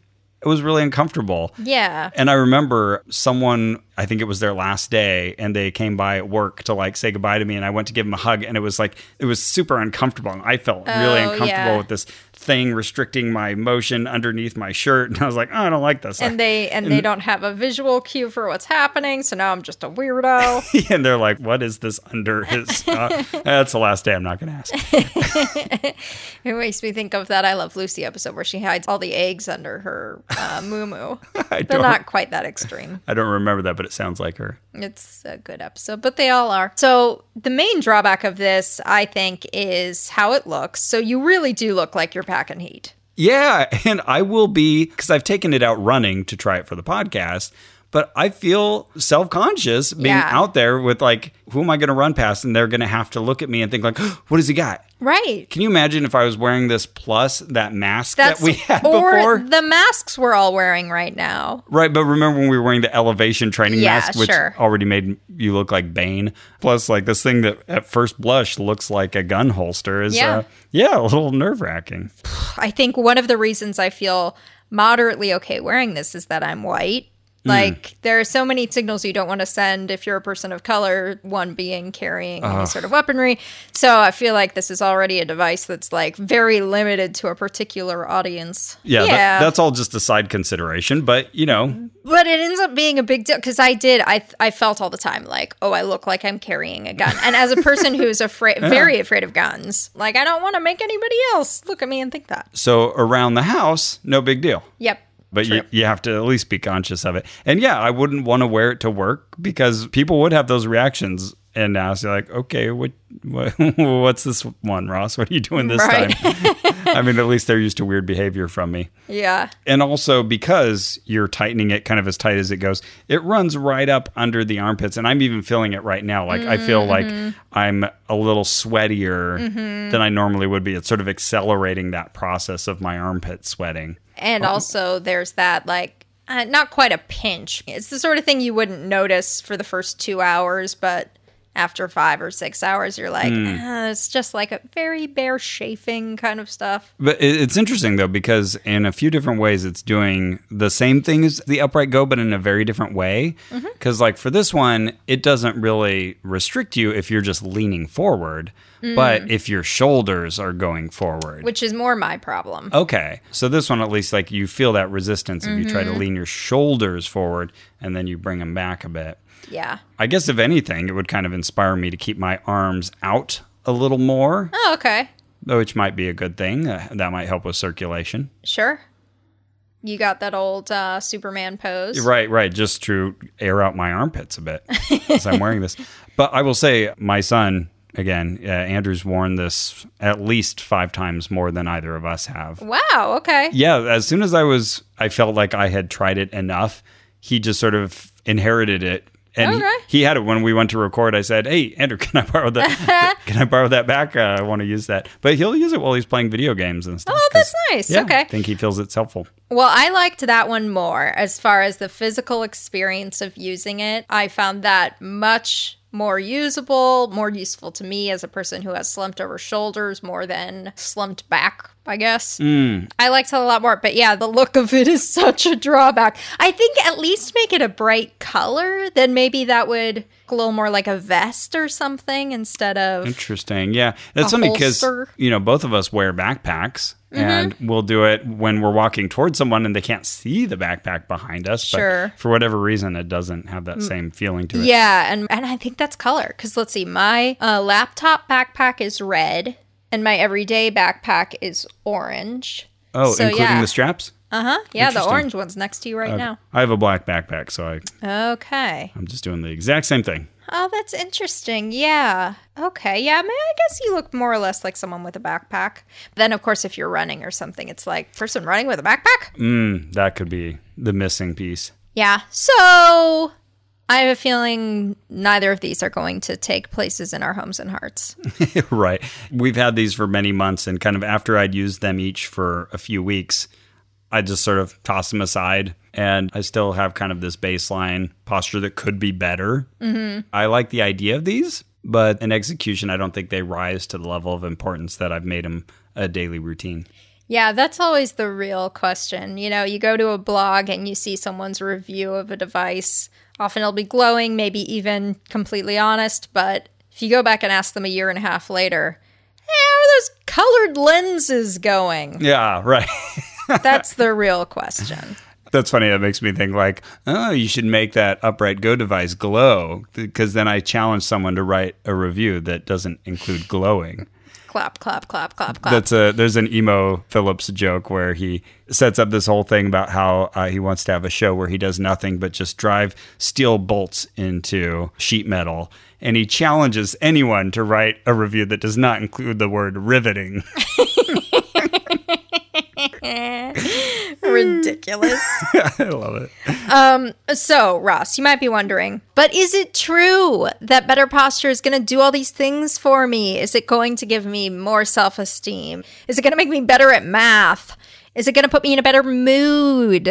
S1: it was really uncomfortable
S2: Yeah.
S1: and I remember someone, I think it was their last day, and they came by at work to like say goodbye to me. And I went to give them a hug, and it was like, it was super uncomfortable. And I felt really
S2: Oh,
S1: uncomfortable
S2: yeah.
S1: with this thing restricting my motion underneath my shirt. [LAUGHS] And I was like, oh, I don't like this.
S2: And they and they don't have a visual cue for what's happening, so now I'm just a
S1: [LAUGHS]
S2: weirdo.
S1: and they're like, what is this under
S2: [LAUGHS]
S1: his? Uh, that's the last day I'm not going to ask.
S2: it makes me think of that I Love Lucy episode where she hides all the eggs under her uh, moo
S1: [LAUGHS] I
S2: They're
S1: don't,
S2: not quite that extreme.
S1: I don't remember that, but it sounds like her.
S2: It's a good episode, but they all are. So, the main drawback of this, I think, is how it looks. So, you really do look like you're packing heat.
S1: Yeah, and I will be because I've taken it out running to try it for the podcast. But I feel self conscious being
S2: Yeah.
S1: out there with like, who am I going to run past? And they're going to have to look at me and think like, [GASPS] what has he got?
S2: Right.
S1: Can you imagine if I was wearing this plus that mask
S2: That's
S1: that we had
S2: or
S1: before?
S2: the masks we're all wearing right now.
S1: right, but remember when we were wearing the elevation training
S2: Yeah,
S1: mask, which
S2: sure.
S1: already made you look like Bane. Plus, like this thing that at first blush looks like a gun holster is
S2: Yeah.
S1: uh, yeah a little nerve wracking.
S2: I think one of the reasons I feel moderately okay wearing this is that I'm white.
S1: Mm.
S2: Like there are so many signals you don't want to send if you're a person of color, one being carrying
S1: Uh-huh.
S2: any sort of weaponry. So I feel like this is already a device that's like very limited to a particular audience.
S1: Yeah, That, that's all just a side consideration, but you know,
S2: But it ends up being a big deal because I did. I I felt all the time like, oh, I look like I'm carrying a gun. And as a person who's afraid, very afraid of guns, like I don't want to make anybody else look at me and think that.
S1: So around the house, no big deal.
S2: Yep.
S1: But you,
S2: True.
S1: you have to at least be conscious of it. And yeah, I wouldn't want to wear it to work because people would have those reactions and ask you like, okay, what, what [LAUGHS] what's this one, Ross? What are you doing this
S2: Right.
S1: time? I mean, at least they're used to weird behavior from me.
S2: Yeah.
S1: And also because you're tightening it kind of as tight as it goes, it runs right up under the armpits. And I'm even feeling it right now. Like I feel like
S2: Mm-hmm.
S1: I'm a little sweatier than I normally would be. It's sort of accelerating that process of my armpit sweating.
S2: And also, there's that like uh, not quite a pinch. It's the sort of thing you wouldn't notice for the first two hours, but after five or six hours, you're like, "Ah, it's just like a very bare chafing kind of stuff.
S1: But it- it's interesting though because in a few different ways it's doing the same thing as the upright go, but in a very different way. Because like for this one, it doesn't really restrict you if you're just leaning forward, but if your shoulders are going forward.
S2: Which is more my
S1: Oh.
S2: problem.
S1: okay, so this one at least like you feel that resistance if you try to lean your shoulders forward and then you bring them back a bit.
S2: Yeah.
S1: I guess if anything, it would kind of inspire me to keep my arms out a little more,
S2: Oh, okay.
S1: which might be a good thing. Uh, that might help with circulation.
S2: Sure. You got that old uh, Superman pose.
S1: Right, right. Just to air out my armpits a bit as I'm wearing
S2: [LAUGHS]
S1: this. But I will say, my son, again, uh, Andrew's worn this at least five times more than either of us have.
S2: Wow. Okay.
S1: Yeah, as soon as I was, I felt like I had tried it enough, he just sort of inherited it. And he-
S2: Okay.
S1: he, had it when we went to record. I said, "Hey, Andrew, [LAUGHS] can I borrow
S2: [LAUGHS]
S1: that? can I borrow that back? Uh, I want to use that." But he'll use it while he's playing video games and stuff.
S2: Oh, that's
S1: 'cause-
S2: nice.
S1: yeah, I
S2: okay.
S1: think he feels it's helpful.
S2: Well, I liked that one more as far as the physical experience of using it. I found that much more usable, more useful to me as a person who has slumped over shoulders more than slumped back, I guess.
S1: Hmm.
S2: I liked it a lot more, but yeah, the look of it is [LAUGHS] such a drawback. I think at least make it a bright color, then maybe that would look a little more like a vest or something instead of
S1: Interesting. Yeah. That's something because,
S2: holster. Mm-hmm.
S1: you know, both of us wear backpacks and we'll do it when we're walking towards someone and they can't see the backpack behind us.
S2: Sure. Mm.
S1: But for whatever reason, it doesn't have that same feeling to it.
S2: Yeah, and and I think that's color because let's see, my uh, laptop backpack is red, and my everyday backpack is orange.
S1: Oh,
S2: So,
S1: including
S2: yeah.
S1: the straps?
S2: Uh huh. Yeah, the
S1: Interesting.
S2: orange one's next to you right now.
S1: I have a black backpack, so I,
S2: Okay.
S1: I'm just doing the exact same thing.
S2: Oh, that's interesting. Yeah. Okay. Yeah. I, mean, I guess you look more or less like someone with a backpack. Then, of course, if you're running or something, it's like person running with a backpack.
S1: Mm, that could be the missing piece.
S2: Yeah. So. I have a feeling neither of these are going to take places in our homes and hearts.
S1: right. We've had these for many months, and kind of after I'd used them each for a few weeks, I just sort of toss them aside. And I still have kind of this baseline posture that could be better. Mm-hmm. I like the idea of these, but in execution, I don't think they rise to the level of importance that I've made them a daily routine.
S2: Yeah, that's always the real question. You know, you go to a blog and you see someone's review of a device. Often it'll be glowing, maybe even completely honest, but if you go back and ask them a year and a half later, hey, how are those colored lenses
S1: [LAUGHS]
S2: going?
S1: Yeah, right.
S2: That's the real question.
S1: That's funny. That makes me think like, oh, you should make that upright go device glow because then I challenge someone to write a review that doesn't include glowing.
S2: Clap, clap, clap, clap, clap.
S1: That's a there's an emo Phillips joke where he sets up this whole thing about how uh, he wants to have a show where he does nothing but just drive steel bolts into sheet metal, and he challenges anyone to write a review that does not include the word riveting. [LAUGHS]
S2: Ridiculous.
S1: I love it.
S2: So, Ross, you might be wondering, but is it true that better posture is going to do all these things for me? Is it going to give me more self esteem? Is it going to make me better at math? Is it going to put me in a better mood?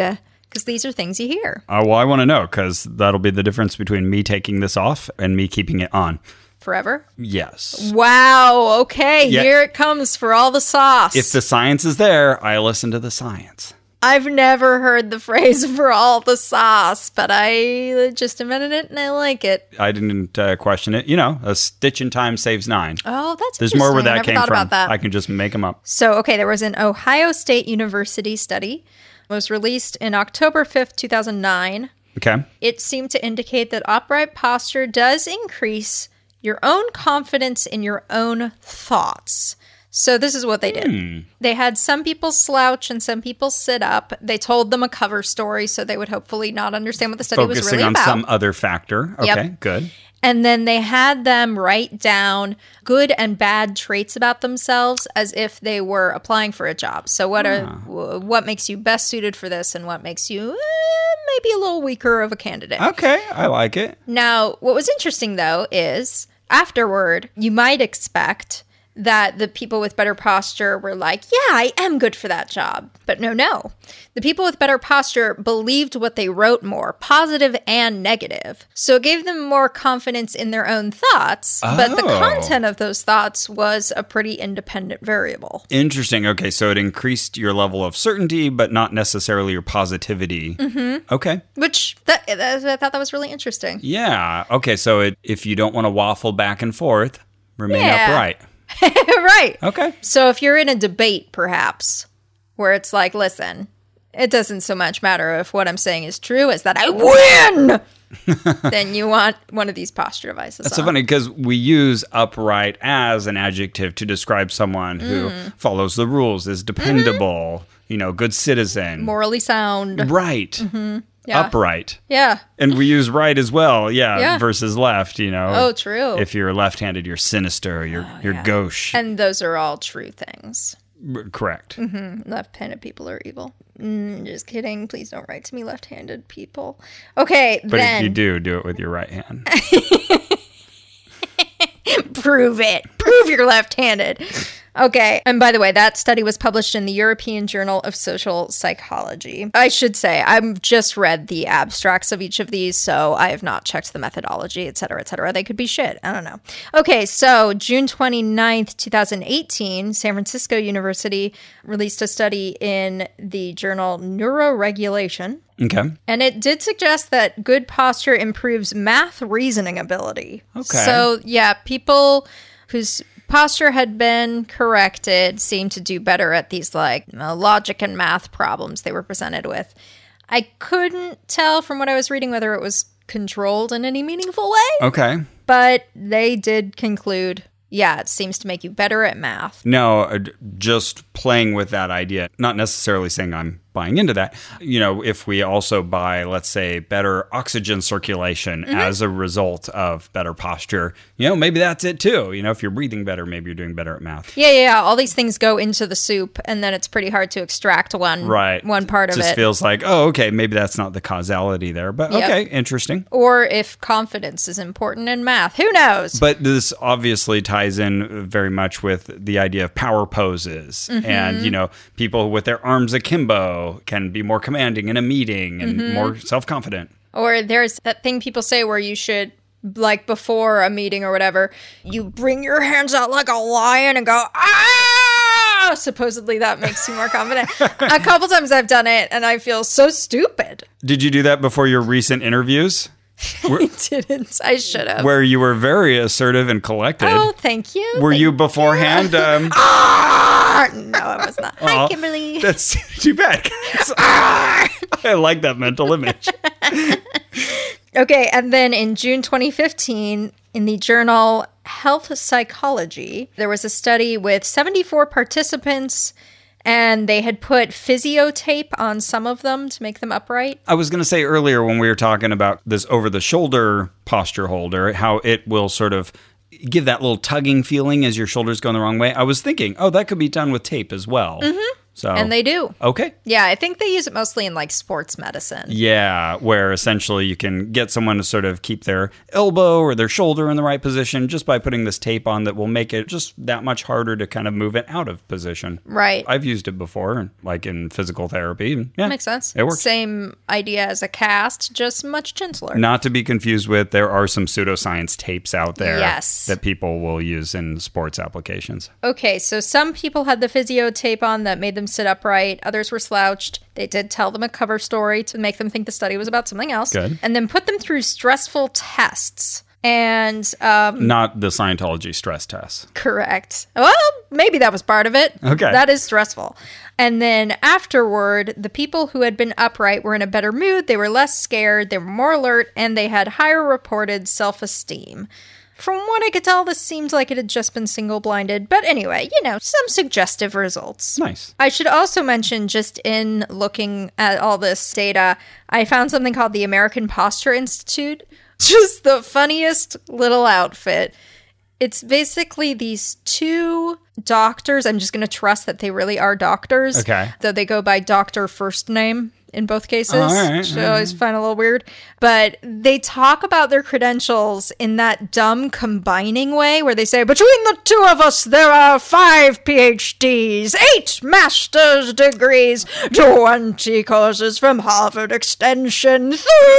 S2: Because these are things you hear
S1: Uh, well, I want to know because that'll be the difference between me taking this off and me keeping it on.
S2: forever.
S1: Yes.
S2: Wow. Okay.
S1: Yeah.
S2: Here it comes for all the sauce.
S1: If the science is there, I listen to the science.
S2: I've never heard the [LAUGHS] phrase for all the sauce, but I just invented it and I like it.
S1: I didn't uh, question it. You know, a stitch in time saves nine.
S2: Oh, that's
S1: There's more where
S2: interesting.
S1: that came
S2: I never thought
S1: from.
S2: About that.
S1: I can just make them up.
S2: So, okay, there was an Ohio State University study It was released in October 5th, 2009.
S1: Okay.
S2: It seemed to indicate that upright posture does increase your own confidence in your own thoughts. So, this is what they did.
S1: Hmm.
S2: They had some people slouch and some people sit up. They told them a cover story so they would hopefully not understand what the study was
S1: Focusing
S2: really
S1: on
S2: about.
S1: some other factor. Okay,
S2: Yep.
S1: good.
S2: And then they had them write down good and bad traits about themselves as if they were applying for a job. So what are w- what makes you best suited for this and what makes you eh, maybe a little weaker of a candidate.
S1: Okay, I like it.
S2: Now, what was interesting though is afterward, you might expect that the people with better posture were like, yeah, I am good for that job. But no, no. The people with better posture believed what they wrote more, positive and negative. So it gave them more confidence in their own thoughts, but the
S1: Oh.
S2: content of those thoughts was a pretty independent variable.
S1: Interesting. Okay, so it increased your level of certainty, but not necessarily your positivity. Mm-hmm. Okay.
S2: Which that, that, I thought that was really interesting. [LAUGHS]
S1: Yeah. Okay, so it, if you don't want to waffle back and forth, remain
S2: Yeah.
S1: upright.
S2: right.
S1: Okay.
S2: So if you're in a debate, perhaps, where it's like, listen, it doesn't so much matter if what I'm saying is true as that I win.
S1: [LAUGHS]
S2: then you want one of these posture devices.
S1: It's so
S2: on.
S1: funny because we use upright as an adjective to describe someone
S2: Mm.
S1: who follows the rules, is dependable,
S2: Mm-hmm.
S1: you know, good citizen.
S2: Morally
S1: Mm-hmm.
S2: sound.
S1: right.
S2: Mm-hmm. Yeah.
S1: Upright.
S2: Yeah.
S1: And we use right as well, yeah,
S2: Yeah.
S1: versus left, you know.
S2: Oh, true. Oh,
S1: If you're left-handed, you're sinister, you're you're
S2: yeah.
S1: gauche.
S2: And Mm-hmm. those are all true things.
S1: R- Correct.
S2: Left-handed people are evil. Mm, just kidding. Please don't write to me, left-handed people. Okay,
S1: But
S2: then
S1: if you do, do it with your right hand.
S2: prove it. Prove you're left handed. Okay. And by the way, that study was published in the European Journal of Social Psychology. I should say, I've just read the abstracts of each of these, so I have not checked the methodology, et cetera, et cetera. They could be shit. I don't know. Okay. So, June 29th, 2018, San Francisco University released a study in the journal Neuroregulation.
S1: Okay.
S2: And it did suggest that good posture improves math reasoning ability.
S1: Okay.
S2: So, yeah, people whose posture had been corrected seemed to do better at these like uh, logic and math problems they were presented with. I couldn't tell from what I was reading whether it was controlled in any meaningful way,
S1: Okay.
S2: but they did conclude, yeah, it seems to make you better at math.
S1: No, uh, d- just playing with that idea, not necessarily saying I'm buying into that. You know, if we also buy, let's say, better oxygen circulation
S2: Mm-hmm.
S1: as a result of better posture, you know, maybe that's it too. You know, if you're breathing better, maybe you're doing better at math.
S2: Yeah, yeah, yeah. All these things go into the soup, and then it's pretty hard to extract one
S1: Right.
S2: one part of
S1: Just
S2: it.
S1: feels like, oh, okay, maybe that's not the causality there, but
S2: Yep.
S1: okay, interesting.
S2: or if confidence is important in math. Who knows?
S1: But this obviously ties in very much with the idea of power poses.
S2: Mm-hmm.
S1: And, you know, people with their arms akimbo can be more commanding in a meeting and
S2: Mm-hmm.
S1: more self confident.
S2: or there's that thing people say where you should like before a meeting or whatever, you bring your hands out like a lion and go ah. Supposedly that makes you
S1: [LAUGHS]
S2: more confident. a couple times I've done it and I feel so stupid. [LAUGHS]
S1: Did you do that before your recent interviews
S2: I didn't. I should have.
S1: where you were very assertive and collected?
S2: Oh, thank you.
S1: were
S2: Thank-
S1: you beforehand?
S2: [LAUGHS]
S1: Um, [LAUGHS]
S2: Ah! No, I was not. Hi, Kimberly.
S1: that's too
S2: [LAUGHS]
S1: bad. 'cause- [LAUGHS] I like that mental image.
S2: Okay, and then in June 2015, in the journal Health Psychology, there was a study with 74 participants, and they had put physio tape on some of them to make them upright.
S1: I was going to say earlier when we were talking about this over the shoulder posture holder, how it will sort of give that little tugging feeling as your shoulders go in the wrong way. I was thinking, oh, that could be done with tape as well. Mm-hmm. So
S2: And they do.
S1: okay,
S2: Yeah, I think they use it mostly in like sports medicine.
S1: yeah, where essentially you can get someone to sort of keep their elbow or their shoulder in the right position just by putting this tape on that will make it just that much harder to kind of move it out of position.
S2: Right.
S1: I've used it before, like in physical therapy. Yeah,
S2: Makes sense.
S1: It works.
S2: Same idea as a cast, just much gentler.
S1: Not to be confused with, there are some pseudoscience tapes out there
S2: Yes.
S1: that people will use in sports applications.
S2: Okay, so some people had the physio tape on that made them sit upright. Others were slouched. They did tell them a cover story to make them think the study was about something else.
S1: Good.
S2: And then put them through stressful tests. And um,
S1: Not the Scientology stress test.
S2: correct. Well, maybe that was part of it.
S1: Okay.
S2: That is stressful. And then afterward, the people who had been upright were in a better mood. They were less scared. They were more alert. And they had higher reported self esteem. From what I could tell, this seemed like it had just been single blinded. But anyway, you know, some suggestive results.
S1: Nice.
S2: I should also mention, just in looking at all this data, I found something called the American Posture Institute. [LAUGHS] Just the funniest little outfit. It's basically these two doctors. I'm just going to trust that they really are doctors.
S1: Okay.
S2: Though they go by doctor first name. in both cases,
S1: Oh, all right,
S2: which
S1: all
S2: I always find a little weird. But they talk about their credentials in that dumb combining way where they say, between the two of us, there are five PhDs, eight master's degrees, 20 courses from Harvard Extension,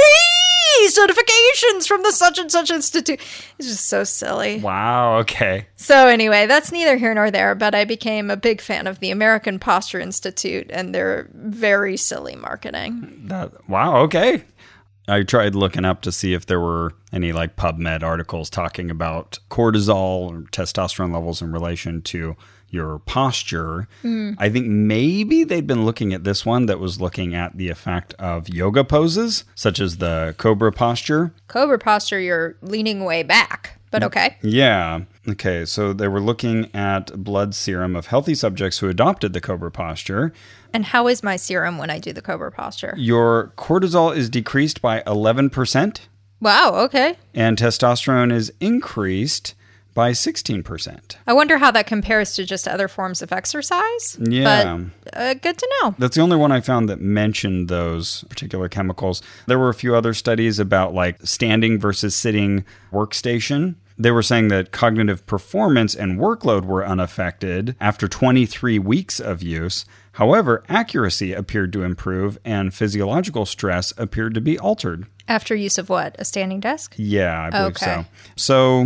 S2: three certifications from the such and such institute. It's just so silly.
S1: Wow. Okay.
S2: So, anyway, that's neither here nor there, but I became a big fan of the American Posture Institute and their very silly marketing.
S1: That, wow. Okay. I tried looking up to see if there were any like PubMed articles talking about cortisol or testosterone levels in relation to your posture. I think maybe they'd been looking at this one that was looking at the effect of yoga poses, such as the cobra posture.
S2: Cobra posture, you're leaning way back, but okay.
S1: Yeah. Okay. So they were looking at blood serum of healthy subjects who adopted the cobra posture.
S2: And how is my serum when I do the Cobra posture?
S1: Your cortisol is decreased by 11%.
S2: Wow, okay.
S1: and testosterone is increased by 16%.
S2: I wonder how that compares to just other forms of exercise.
S1: Yeah.
S2: But uh, good to know.
S1: That's the only one I found that mentioned those particular chemicals. There were a few other studies about like standing versus sitting workstation. They were saying that cognitive performance and workload were unaffected after 23 weeks of use. However, accuracy appeared to improve and physiological stress appeared to be altered.
S2: After use of what? A standing desk?
S1: Yeah, I believe
S2: Okay.
S1: so.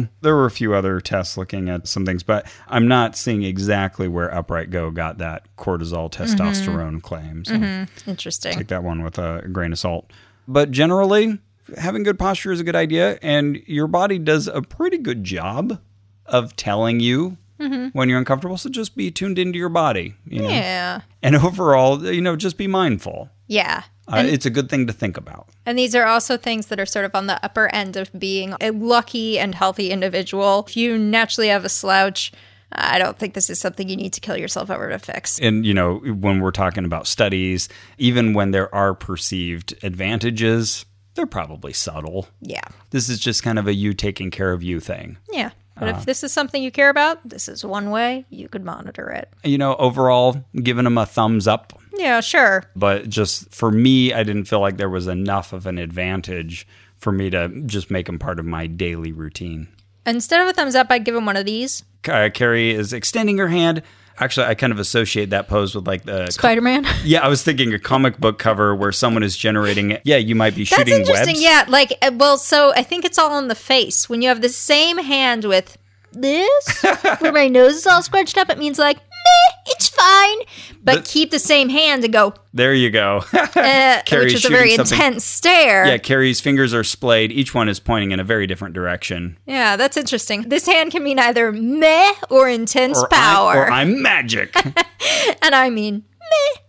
S1: So there were a few other tests looking at some things, but I'm not seeing exactly where Upright Go got that cortisol testosterone claim. So
S2: Interesting.
S1: take that one with a grain of salt. But generally, having good posture is a good idea, and your body does a pretty good job of telling you when you're uncomfortable. So just be tuned into your body, you know.
S2: Yeah.
S1: And overall, you know, just be mindful.
S2: Yeah.
S1: Uh, it's a good thing to think about.
S2: And these are also things that are sort of on the upper end of being a lucky and healthy individual. If you naturally have a slouch, I don't think this is something you need to kill yourself over to fix.
S1: and you know when we're talking about studies even when there are perceived advantages they're probably subtle
S2: Yeah.
S1: this is just kind of a you taking care of you thing
S2: Yeah. But if this is something you care about, this is one way you could monitor it.
S1: you know overall giving them a thumbs up
S2: Yeah, sure.
S1: but just for me i didn't feel like there was enough of an advantage for me to just make them part of my daily routine
S2: Instead of a thumbs up, I'd give him one of these.
S1: uh, carrie is extending her hand actually i kind of associate that pose with like the
S2: Spider Man.
S1: [LAUGHS] yeah i was thinking a comic book cover where someone is generating yeah you might be
S2: That's
S1: shooting
S2: interesting.
S1: webs
S2: Yeah, like uh, well, so I think it's all in the face. When you have the same hand with
S1: [LAUGHS]
S2: this, where my nose is all scrunched up, it means like meh, it's fine. But
S1: The-
S2: keep the same hand and go,
S1: there you go [LAUGHS]
S2: eh,
S1: Carrie's
S2: which is a very
S1: shooting something.
S2: intense stare.
S1: Yeah,
S2: Yeah.
S1: Carrie's fingers are splayed. Each one is pointing in a very different direction.
S2: that's interesting. This hand can mean either meh or intense
S1: Or I-
S2: power,
S1: or I'm magic.
S2: [LAUGHS] and I mean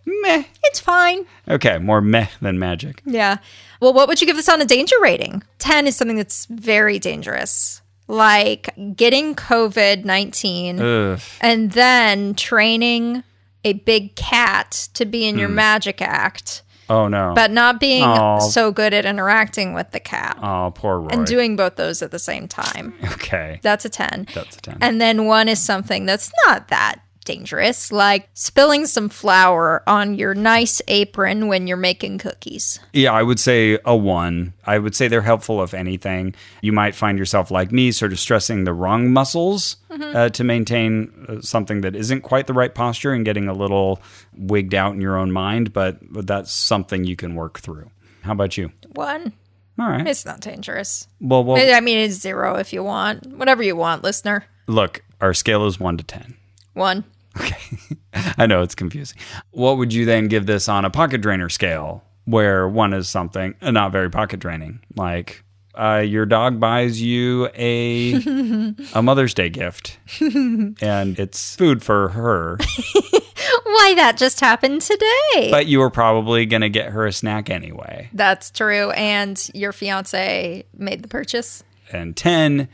S2: meh.
S1: meh.
S2: It's fine.
S1: Okay, more meh than magic.
S2: Yeah. Well, what would you give this on a danger rating? 10 is something that's very dangerous. Like getting COVID 19
S1: Ugh.
S2: and then training a big cat to be in your magic act,
S1: Oh no.
S2: but not being
S1: Hmm. Aw.
S2: so good at interacting with the cat
S1: oh, poor Roy.
S2: and doing both those at the same time.
S1: okay,
S2: That's a 10.
S1: that's a ten.
S2: And then one is something that's not that dangerous, like spilling some flour on your nice apron when you're making cookies.
S1: yeah, I would say a one. I would say they're helpful if anything. You might find yourself like me, sort of stressing the wrong muscles uh, to maintain uh, something that isn't quite the right posture and getting a little wigged out in your own mind. But that's something you can work through. How about you?
S2: One.
S1: All right.
S2: It's not dangerous.
S1: Well, well.
S2: I mean, it's zero if you want. Whatever you want, listener.
S1: Look, our scale is one to 10.
S2: One.
S1: I know it's confusing. What would you then give this on a pocket drainer scale where one is something uh, not very pocket draining? Like uh, your dog buys you a a Mother's Day gift and it's food for her,
S2: Why that just happened today.
S1: but you were probably going to get her a snack anyway.
S2: That's true. And your fiance made the purchase.
S1: And 10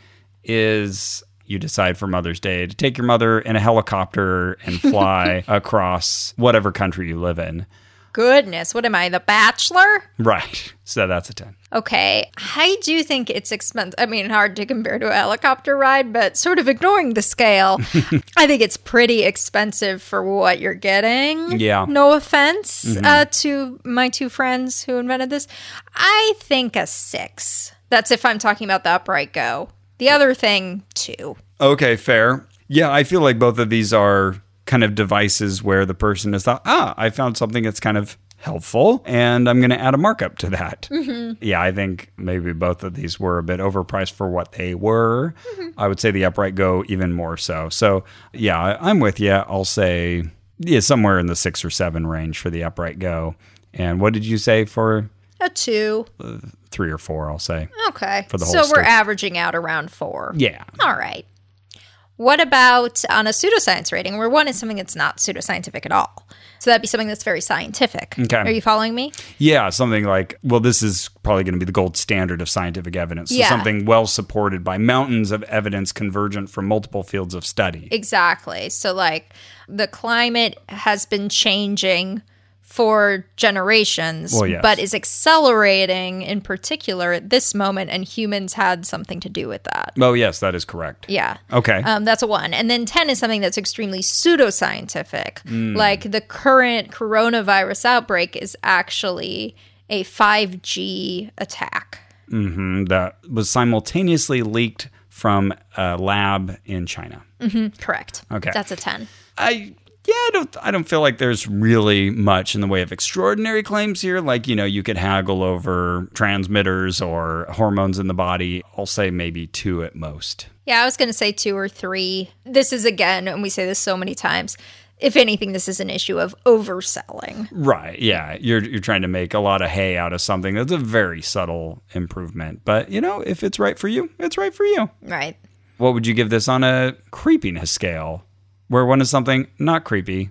S1: is you decide for Mother's Day to take your mother in a helicopter and fly across whatever country you live in.
S2: goodness, what am I, the bachelor?
S1: Right. So that's a 10.
S2: Okay, I do think it's expensive. I mean, hard to compare to a helicopter ride, but sort of ignoring
S1: [LAUGHS]
S2: the scale, I think it's pretty expensive for what you're getting.
S1: Yeah. Mm-hmm.
S2: No offense uh, to my two friends who invented this. I think a six. That's if I'm talking about the upright go. The other thing, two.
S1: Okay, fair. Yeah, I feel like both of these are kind of devices where the person has thought, ah, I found something that's kind of helpful and I'm going to add a markup to that. Yeah, I think maybe both of these were a bit overpriced for what they were. I would say the upright go even more so. So, yeah, I- I'm with you. I'll say, yeah, somewhere in the six or seven range for the upright go. And what did you say for
S2: A two.
S1: three or four? I'll say.
S2: Okay.
S1: the
S2: so
S1: whole
S2: we're
S1: stick.
S2: averaging out around four.
S1: Yeah.
S2: All right. What about on a pseudoscience rating where one is something that's not pseudoscientific at all? So that'd be something that's very scientific.
S1: Okay.
S2: Are you following me?
S1: Yeah, something like, well, this is probably going to be the gold standard of scientific evidence. So
S2: Yeah.
S1: something well supported by mountains of evidence convergent from multiple fields of study.
S2: Exactly. So, like, the climate has been changing for generations,
S1: Well, yes.
S2: but is accelerating in particular at this moment, and humans had something to do with that.
S1: oh, yes, that is correct.
S2: Yeah.
S1: Okay.
S2: Um, that's a one. And then 10 is something that's extremely pseudoscientific.
S1: Mm.
S2: Like the current coronavirus outbreak is actually a 5G attack.
S1: Mhm, that was simultaneously leaked from a lab in China.
S2: Correct.
S1: Okay.
S2: That's a 10.
S1: I yeah, I don't I don't feel like there's really much in the way of extraordinary claims here. Like, you know, you could haggle over transmitters or hormones in the body. I'll say maybe two at most.
S2: Yeah, I was going to say two or three. This is again, and we say this so many times. If anything, this is an issue of overselling.
S1: Right. Yeah. You're you're trying to make a lot of hay out of something that's a very subtle improvement. But you know, if it's right for you, it's right for you.
S2: Right.
S1: What would you give this on a creepiness scale? Where one is something not creepy,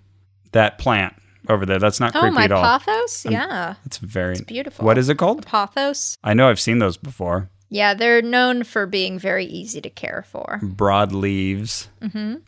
S1: that plant over there, that's not
S2: Oh,
S1: creepy
S2: my
S1: at all. Mm.
S2: pothos? Yeah.
S1: It's very
S2: beautiful.
S1: What is it called?
S2: Pothos?
S1: I know I've seen those before.
S2: Yeah, they're known for being very easy to care for.
S1: Broad leaves,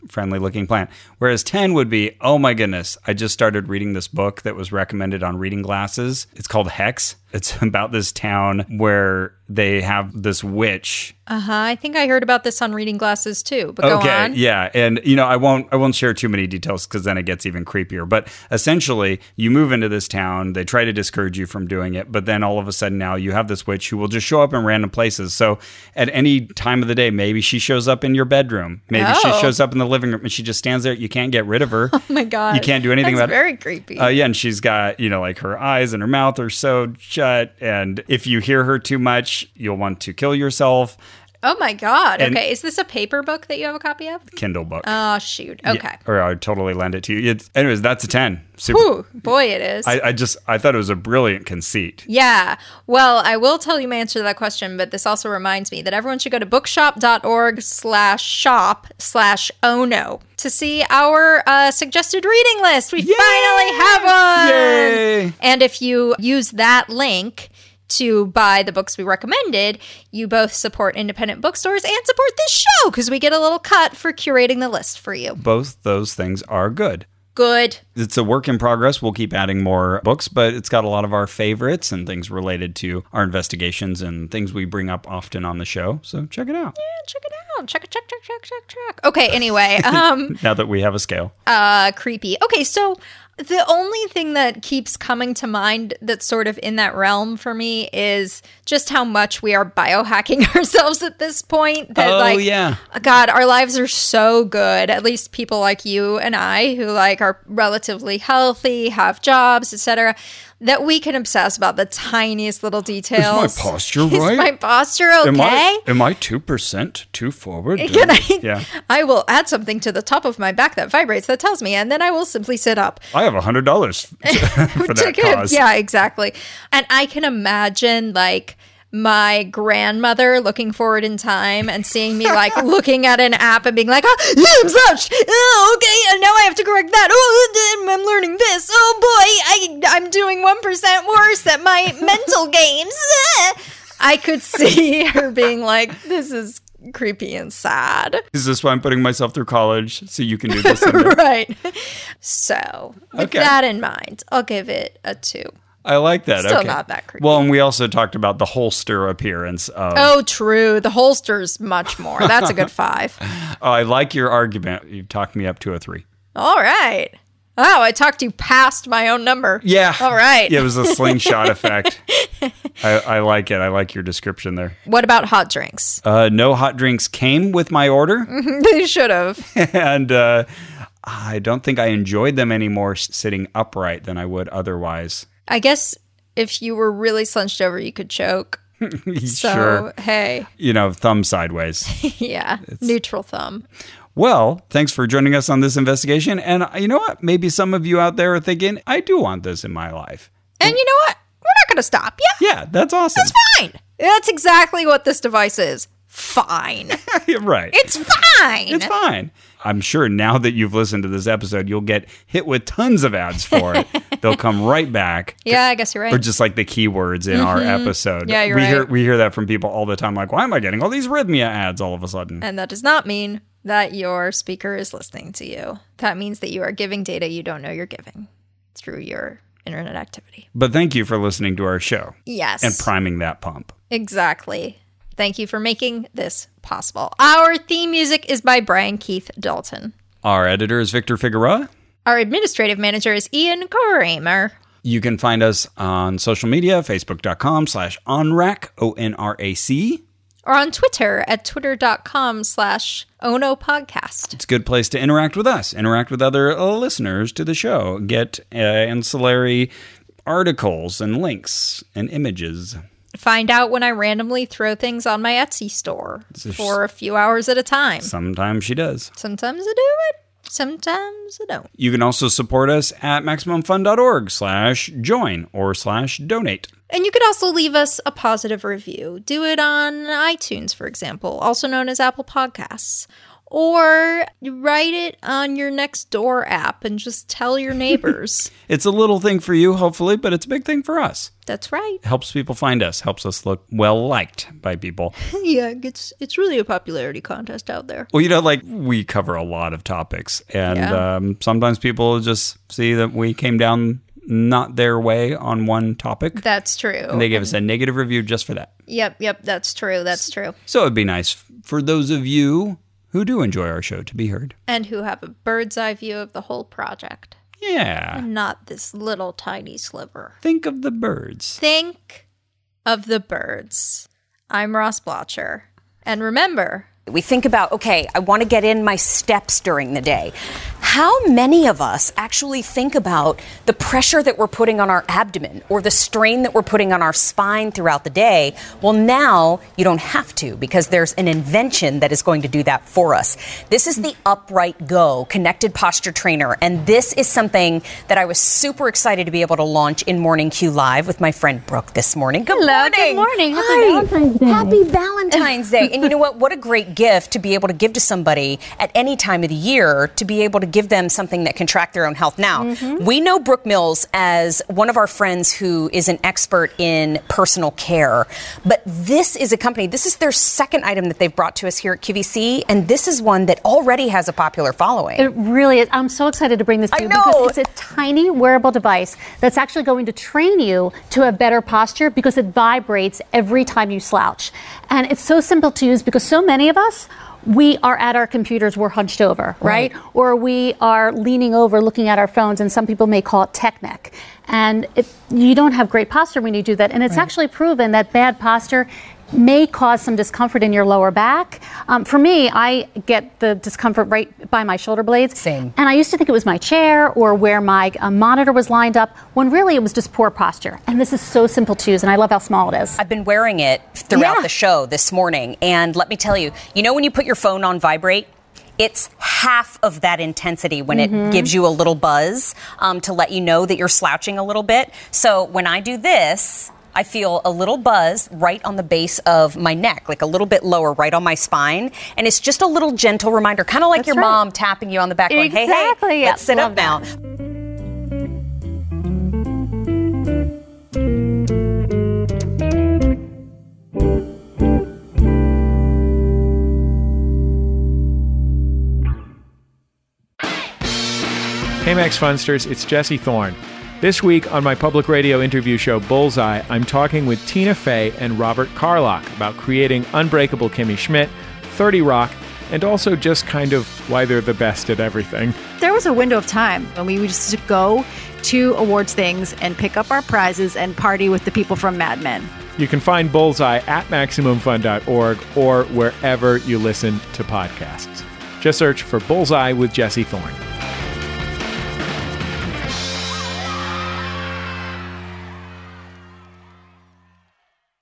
S1: friendly looking plant. Whereas 10 would be, oh my goodness, I just started reading this book that was recommended on reading glasses. It's called Hex. It's [LAUGHS] about this town where they have this witch
S2: Uh huh. I think I heard about this on Reading Glasses too, but go on.
S1: yeah, and you know, I won't, I won't share too many details because then it gets even creepier. But essentially, you move into this town. They try to discourage you from doing it, but then all of a sudden, now you have this witch who will just show up in random places. So at any time of the day, maybe she shows up in your bedroom, maybe
S2: Oh.
S1: she shows up in the living room, and she just stands there. You can't get rid of her.
S2: [LAUGHS] Oh my god.
S1: You can't do anything
S2: That's
S1: about it.
S2: very creepy.
S1: Uh, yeah, and she's got, you know, like her eyes and her mouth are sewed shut. And if you hear her too much, you'll want to kill yourself.
S2: oh my god.
S1: and-
S2: Okay, is this a paper book that you have a copy of?
S1: Kindle book.
S2: Oh shoot. Okay.
S1: or I would totally lend it to you. It's, anyways, that's a 10. Super.
S2: Whew, boy it is.
S1: I, I just, I thought it was a brilliant conceit.
S2: yeah. Well, I will tell you my answer to that question, but this also reminds me that everyone should go to bookshop.org slash shop slash ono to see our uh, suggested reading list. We finally have one.
S1: Yay!
S2: And if you use that link to buy the books we recommended, you both support independent bookstores and support this show because we get a little cut for curating the list for you.
S1: Both those things are good.
S2: Good.
S1: It's a work in progress. We'll keep adding more books, but it's got a lot of our favorites and things related to our investigations and things we bring up often on the show. So check it out
S2: Yeah, check it out. Check it, check, check, check, check, check. Okay, anyway, [LAUGHS] um,
S1: now that we have a scale.
S2: uh, creepy. Okay, so the only thing that keeps coming to mind that's sort of in that realm for me is just how much we are biohacking [LAUGHS] ourselves at this point. That,
S1: Oh,
S2: like,
S1: yeah.
S2: God, our lives are so good. At least people like you and I, who like are relatively healthy, have jobs, etc., that we can obsess about the tiniest little details.
S1: posture
S2: [LAUGHS] Is
S1: right?
S2: my posture okay? [LAUGHS]
S1: Am I am I two percent too forward?
S2: Can I?
S1: Yeah.
S2: I will add something to the top of my back that vibrates that tells me, and then I will simply sit up.
S1: I have a hundred dollars [LAUGHS]
S2: [LAUGHS]
S1: for that
S2: To give-
S1: cause.
S2: Yeah, exactly. And I can imagine like my grandmother looking forward in time and seeing me
S1: [LAUGHS]
S2: like looking at an app and being like, oh, I'm such. Oh, okay, and now I have to correct that. Oh, and I'm learning this. Oh boy, I, I'm doing 1% worse
S1: [LAUGHS]
S2: at [LAUGHS] my mental games. I could see her being like, this is creepy and sad.
S1: Is this why I'm putting myself through college so you can do
S2: [LAUGHS]
S1: this? and that?
S2: right. So, with
S1: Okay.
S2: that in mind, I'll give it a two.
S1: I like that.
S2: Still
S1: okay.
S2: not that creepy.
S1: Well, and we also talked about the holster appearance of.
S2: [LAUGHS] Oh, true. The holster's much more. That's
S1: [LAUGHS]
S2: a good five.
S1: Oh, I like your argument. You've talked me up to a three.
S2: All right. Oh, I talked you past my own number.
S1: Yeah.
S2: All right.
S1: Yeah, it was a
S2: [LAUGHS]
S1: slingshot effect. I, I like it. I like your description there.
S2: What about hot drinks? [LAUGHS]
S1: Uh, no hot drinks came with my
S2: Mm-hmm.
S1: order,
S2: they should have.
S1: [LAUGHS] and uh, I don't think I enjoyed them any more s- sitting upright than I would otherwise. [LAUGHS]
S2: I guess if you were really slunched over, you could choke. So,
S1: Sure,
S2: hey, [LAUGHS]
S1: you know, thumb sideways.
S2: yeah, neutral thumb.
S1: well, thanks for joining us on this investigation. And uh, you know what? Maybe some of you out there are thinking, I do want this in my life.
S2: And you know what? We're not going to stop. Yeah,
S1: Yeah, that's awesome.
S2: fine. That's exactly what this device is. Fine.
S1: [LAUGHS] right.
S2: It's fine.
S1: [LAUGHS] It's fine. I'm sure now that you've listened to this episode, you'll get hit with tons of ads for
S2: [LAUGHS]
S1: it. They'll come right back.
S2: yeah, I guess you're right.
S1: Or just like the keywords in our episode.
S2: Yeah, you're
S1: we hear
S2: right.
S1: we hear that from people all the time, like, why am I getting all these rhythmia ads all of a sudden?
S2: and that does not mean that your speaker is listening to you. That means that you are giving data you don't know you're giving through your internet activity.
S1: But thank you for listening to our show
S2: Yes.
S1: and priming that pump.
S2: Exactly. Thank you for making this possible. Our theme music is by Brian Keith Dalton.
S1: Our editor is Victor Figueroa.
S2: Our administrative manager is Ian Kramer.
S1: You can find us on social media, facebook.com slash onrac, O N R A C.
S2: Or on Twitter at twitter.com slash ono podcast.
S1: It's a good place to interact with us, interact with other uh, listeners to the show, get uh, ancillary articles and links and images.
S2: Find out when I randomly throw things on my Etsy store for a few hours at a time.
S1: Sometimes she does.
S2: Sometimes I do it, sometimes I don't.
S1: You can also support us at MaximumFun.org slash join or slash donate.
S2: And you could also leave us a positive review. Do it on iTunes, for example, also known as Apple Podcasts. Or write it on your next door app and just tell your [LAUGHS] neighbors.
S1: It's a little thing for you, hopefully, but it's a big thing for us.
S2: That's right.
S1: It helps people find us, helps us look well liked by people.
S2: Yeah, it's it's really a popularity contest out there.
S1: Well, you know, like we cover a lot of topics, and
S2: Yeah.
S1: um, sometimes people just see that we came down not their way on one topic.
S2: That's true.
S1: And they gave us a negative review just for that.
S2: yep, yep, that's true. That's true.
S1: So it'd be nice f- for those of you who do enjoy our show to be heard.
S2: And who have a bird's eye view of the whole project,
S1: Yeah.
S2: not this little tiny sliver.
S1: Think of the birds.
S2: Think of the birds. I'm Ross Blotcher. And remember,
S3: We think about, okay, I want to get in my steps during the day. How many of us actually think about the pressure that we're putting on our abdomen or the strain that we're putting on our spine throughout the day? Well, now you don't have to because there's an invention that is going to do that for us. This is the Upright Go connected posture trainer, and this is something that I was super excited to be able to launch in Morning Q Live with my friend Brooke this morning. Good
S2: Hello, good
S3: morning.
S2: morning. Happy
S3: Hi.
S4: Valentine's Day.
S3: Happy Valentine's Day. And you know
S4: [LAUGHS]
S3: what? What a great gift to be able to give to somebody at any time of the year to be able to give them something that can track their own health. Now,
S4: Mm-hmm.
S3: we know Brooke Mills as one of our friends who is an expert in personal care, but this is a company, this is their second item that they've brought to us here at QVC, and this is one that already has a popular following.
S4: It really is. I'm so excited to bring this to
S3: I
S4: you
S3: know.
S4: because it's a tiny wearable device that's actually going to train you to a better posture because it vibrates every time you slouch. And it's so simple to use because so many of us we are at our computers, we're hunched over, right? Or we are leaning over looking at our phones, and some people may call it tech neck. And it, you don't have great posture when you do that. And it's actually proven that bad posture may cause some discomfort in your lower back. Um, for me, I get the discomfort right by my shoulder blades.
S3: Same.
S4: And I used to think it was my chair or where my uh, monitor was lined up, when really it was just poor posture. And this is so simple to use, and I love how small it is.
S3: I've been wearing it throughout
S4: Yeah.
S3: the show this morning. And let me tell you, you know when you put your phone on vibrate? It's half of that intensity when
S4: Mm-hmm.
S3: it gives you a little buzz um, to let you know that you're slouching a little bit. So when I do this, I feel a little buzz right on the base of my neck, like a little bit lower, right on my spine. And it's just a little gentle reminder, kind of like your
S4: That's right.
S3: mom tapping you on the back, going, hey,
S4: Exactly.
S3: hey, let's sit
S4: Love
S3: up
S4: that.
S3: now.
S5: Hey, Max Funsters, it's Jesse Thorne. This week on my public radio interview show Bullseye, I'm talking with Tina Fey and Robert Carlock about creating Unbreakable Kimmy Schmidt, 30 Rock, and also just kind of why they're the best at everything.
S6: There was a window of time when we would just go to awards things and pick up our prizes and party with the people from Mad Men.
S5: You can find Bullseye at MaximumFun.org or wherever you listen to podcasts. Just search for Bullseye with Jesse Thorne.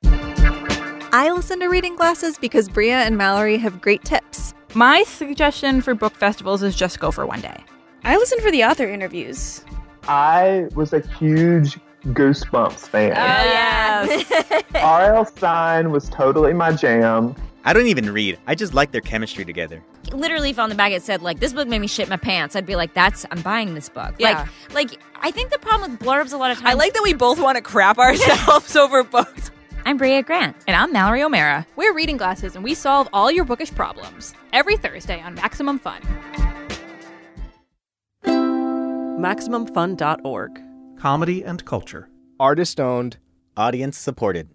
S2: I listen to reading glasses because Bria and Mallory have great tips.
S7: My suggestion for book festivals is just go for one day.
S8: I listen for the author interviews.
S9: I was a huge Goosebumps fan.
S7: yes.
S9: [LAUGHS] R.L. Stein was totally my jam.
S10: I don't even read. I just like their chemistry together.
S11: literally if on the back it said like this book made me shit my pants i'd be like that's i'm buying this book
S7: Yeah.
S11: like like i think the problem with blurbs a lot of times
S7: I like that we both want to crap ourselves over books.
S11: i'm bria grant
S7: And I'm Mallory O'Mara.
S8: We're Reading Glasses, and we solve all your bookish problems every Thursday on Maximum Fun.
S12: MaximumFun.org.
S13: comedy and culture.
S12: Artist owned.
S10: Audience supported.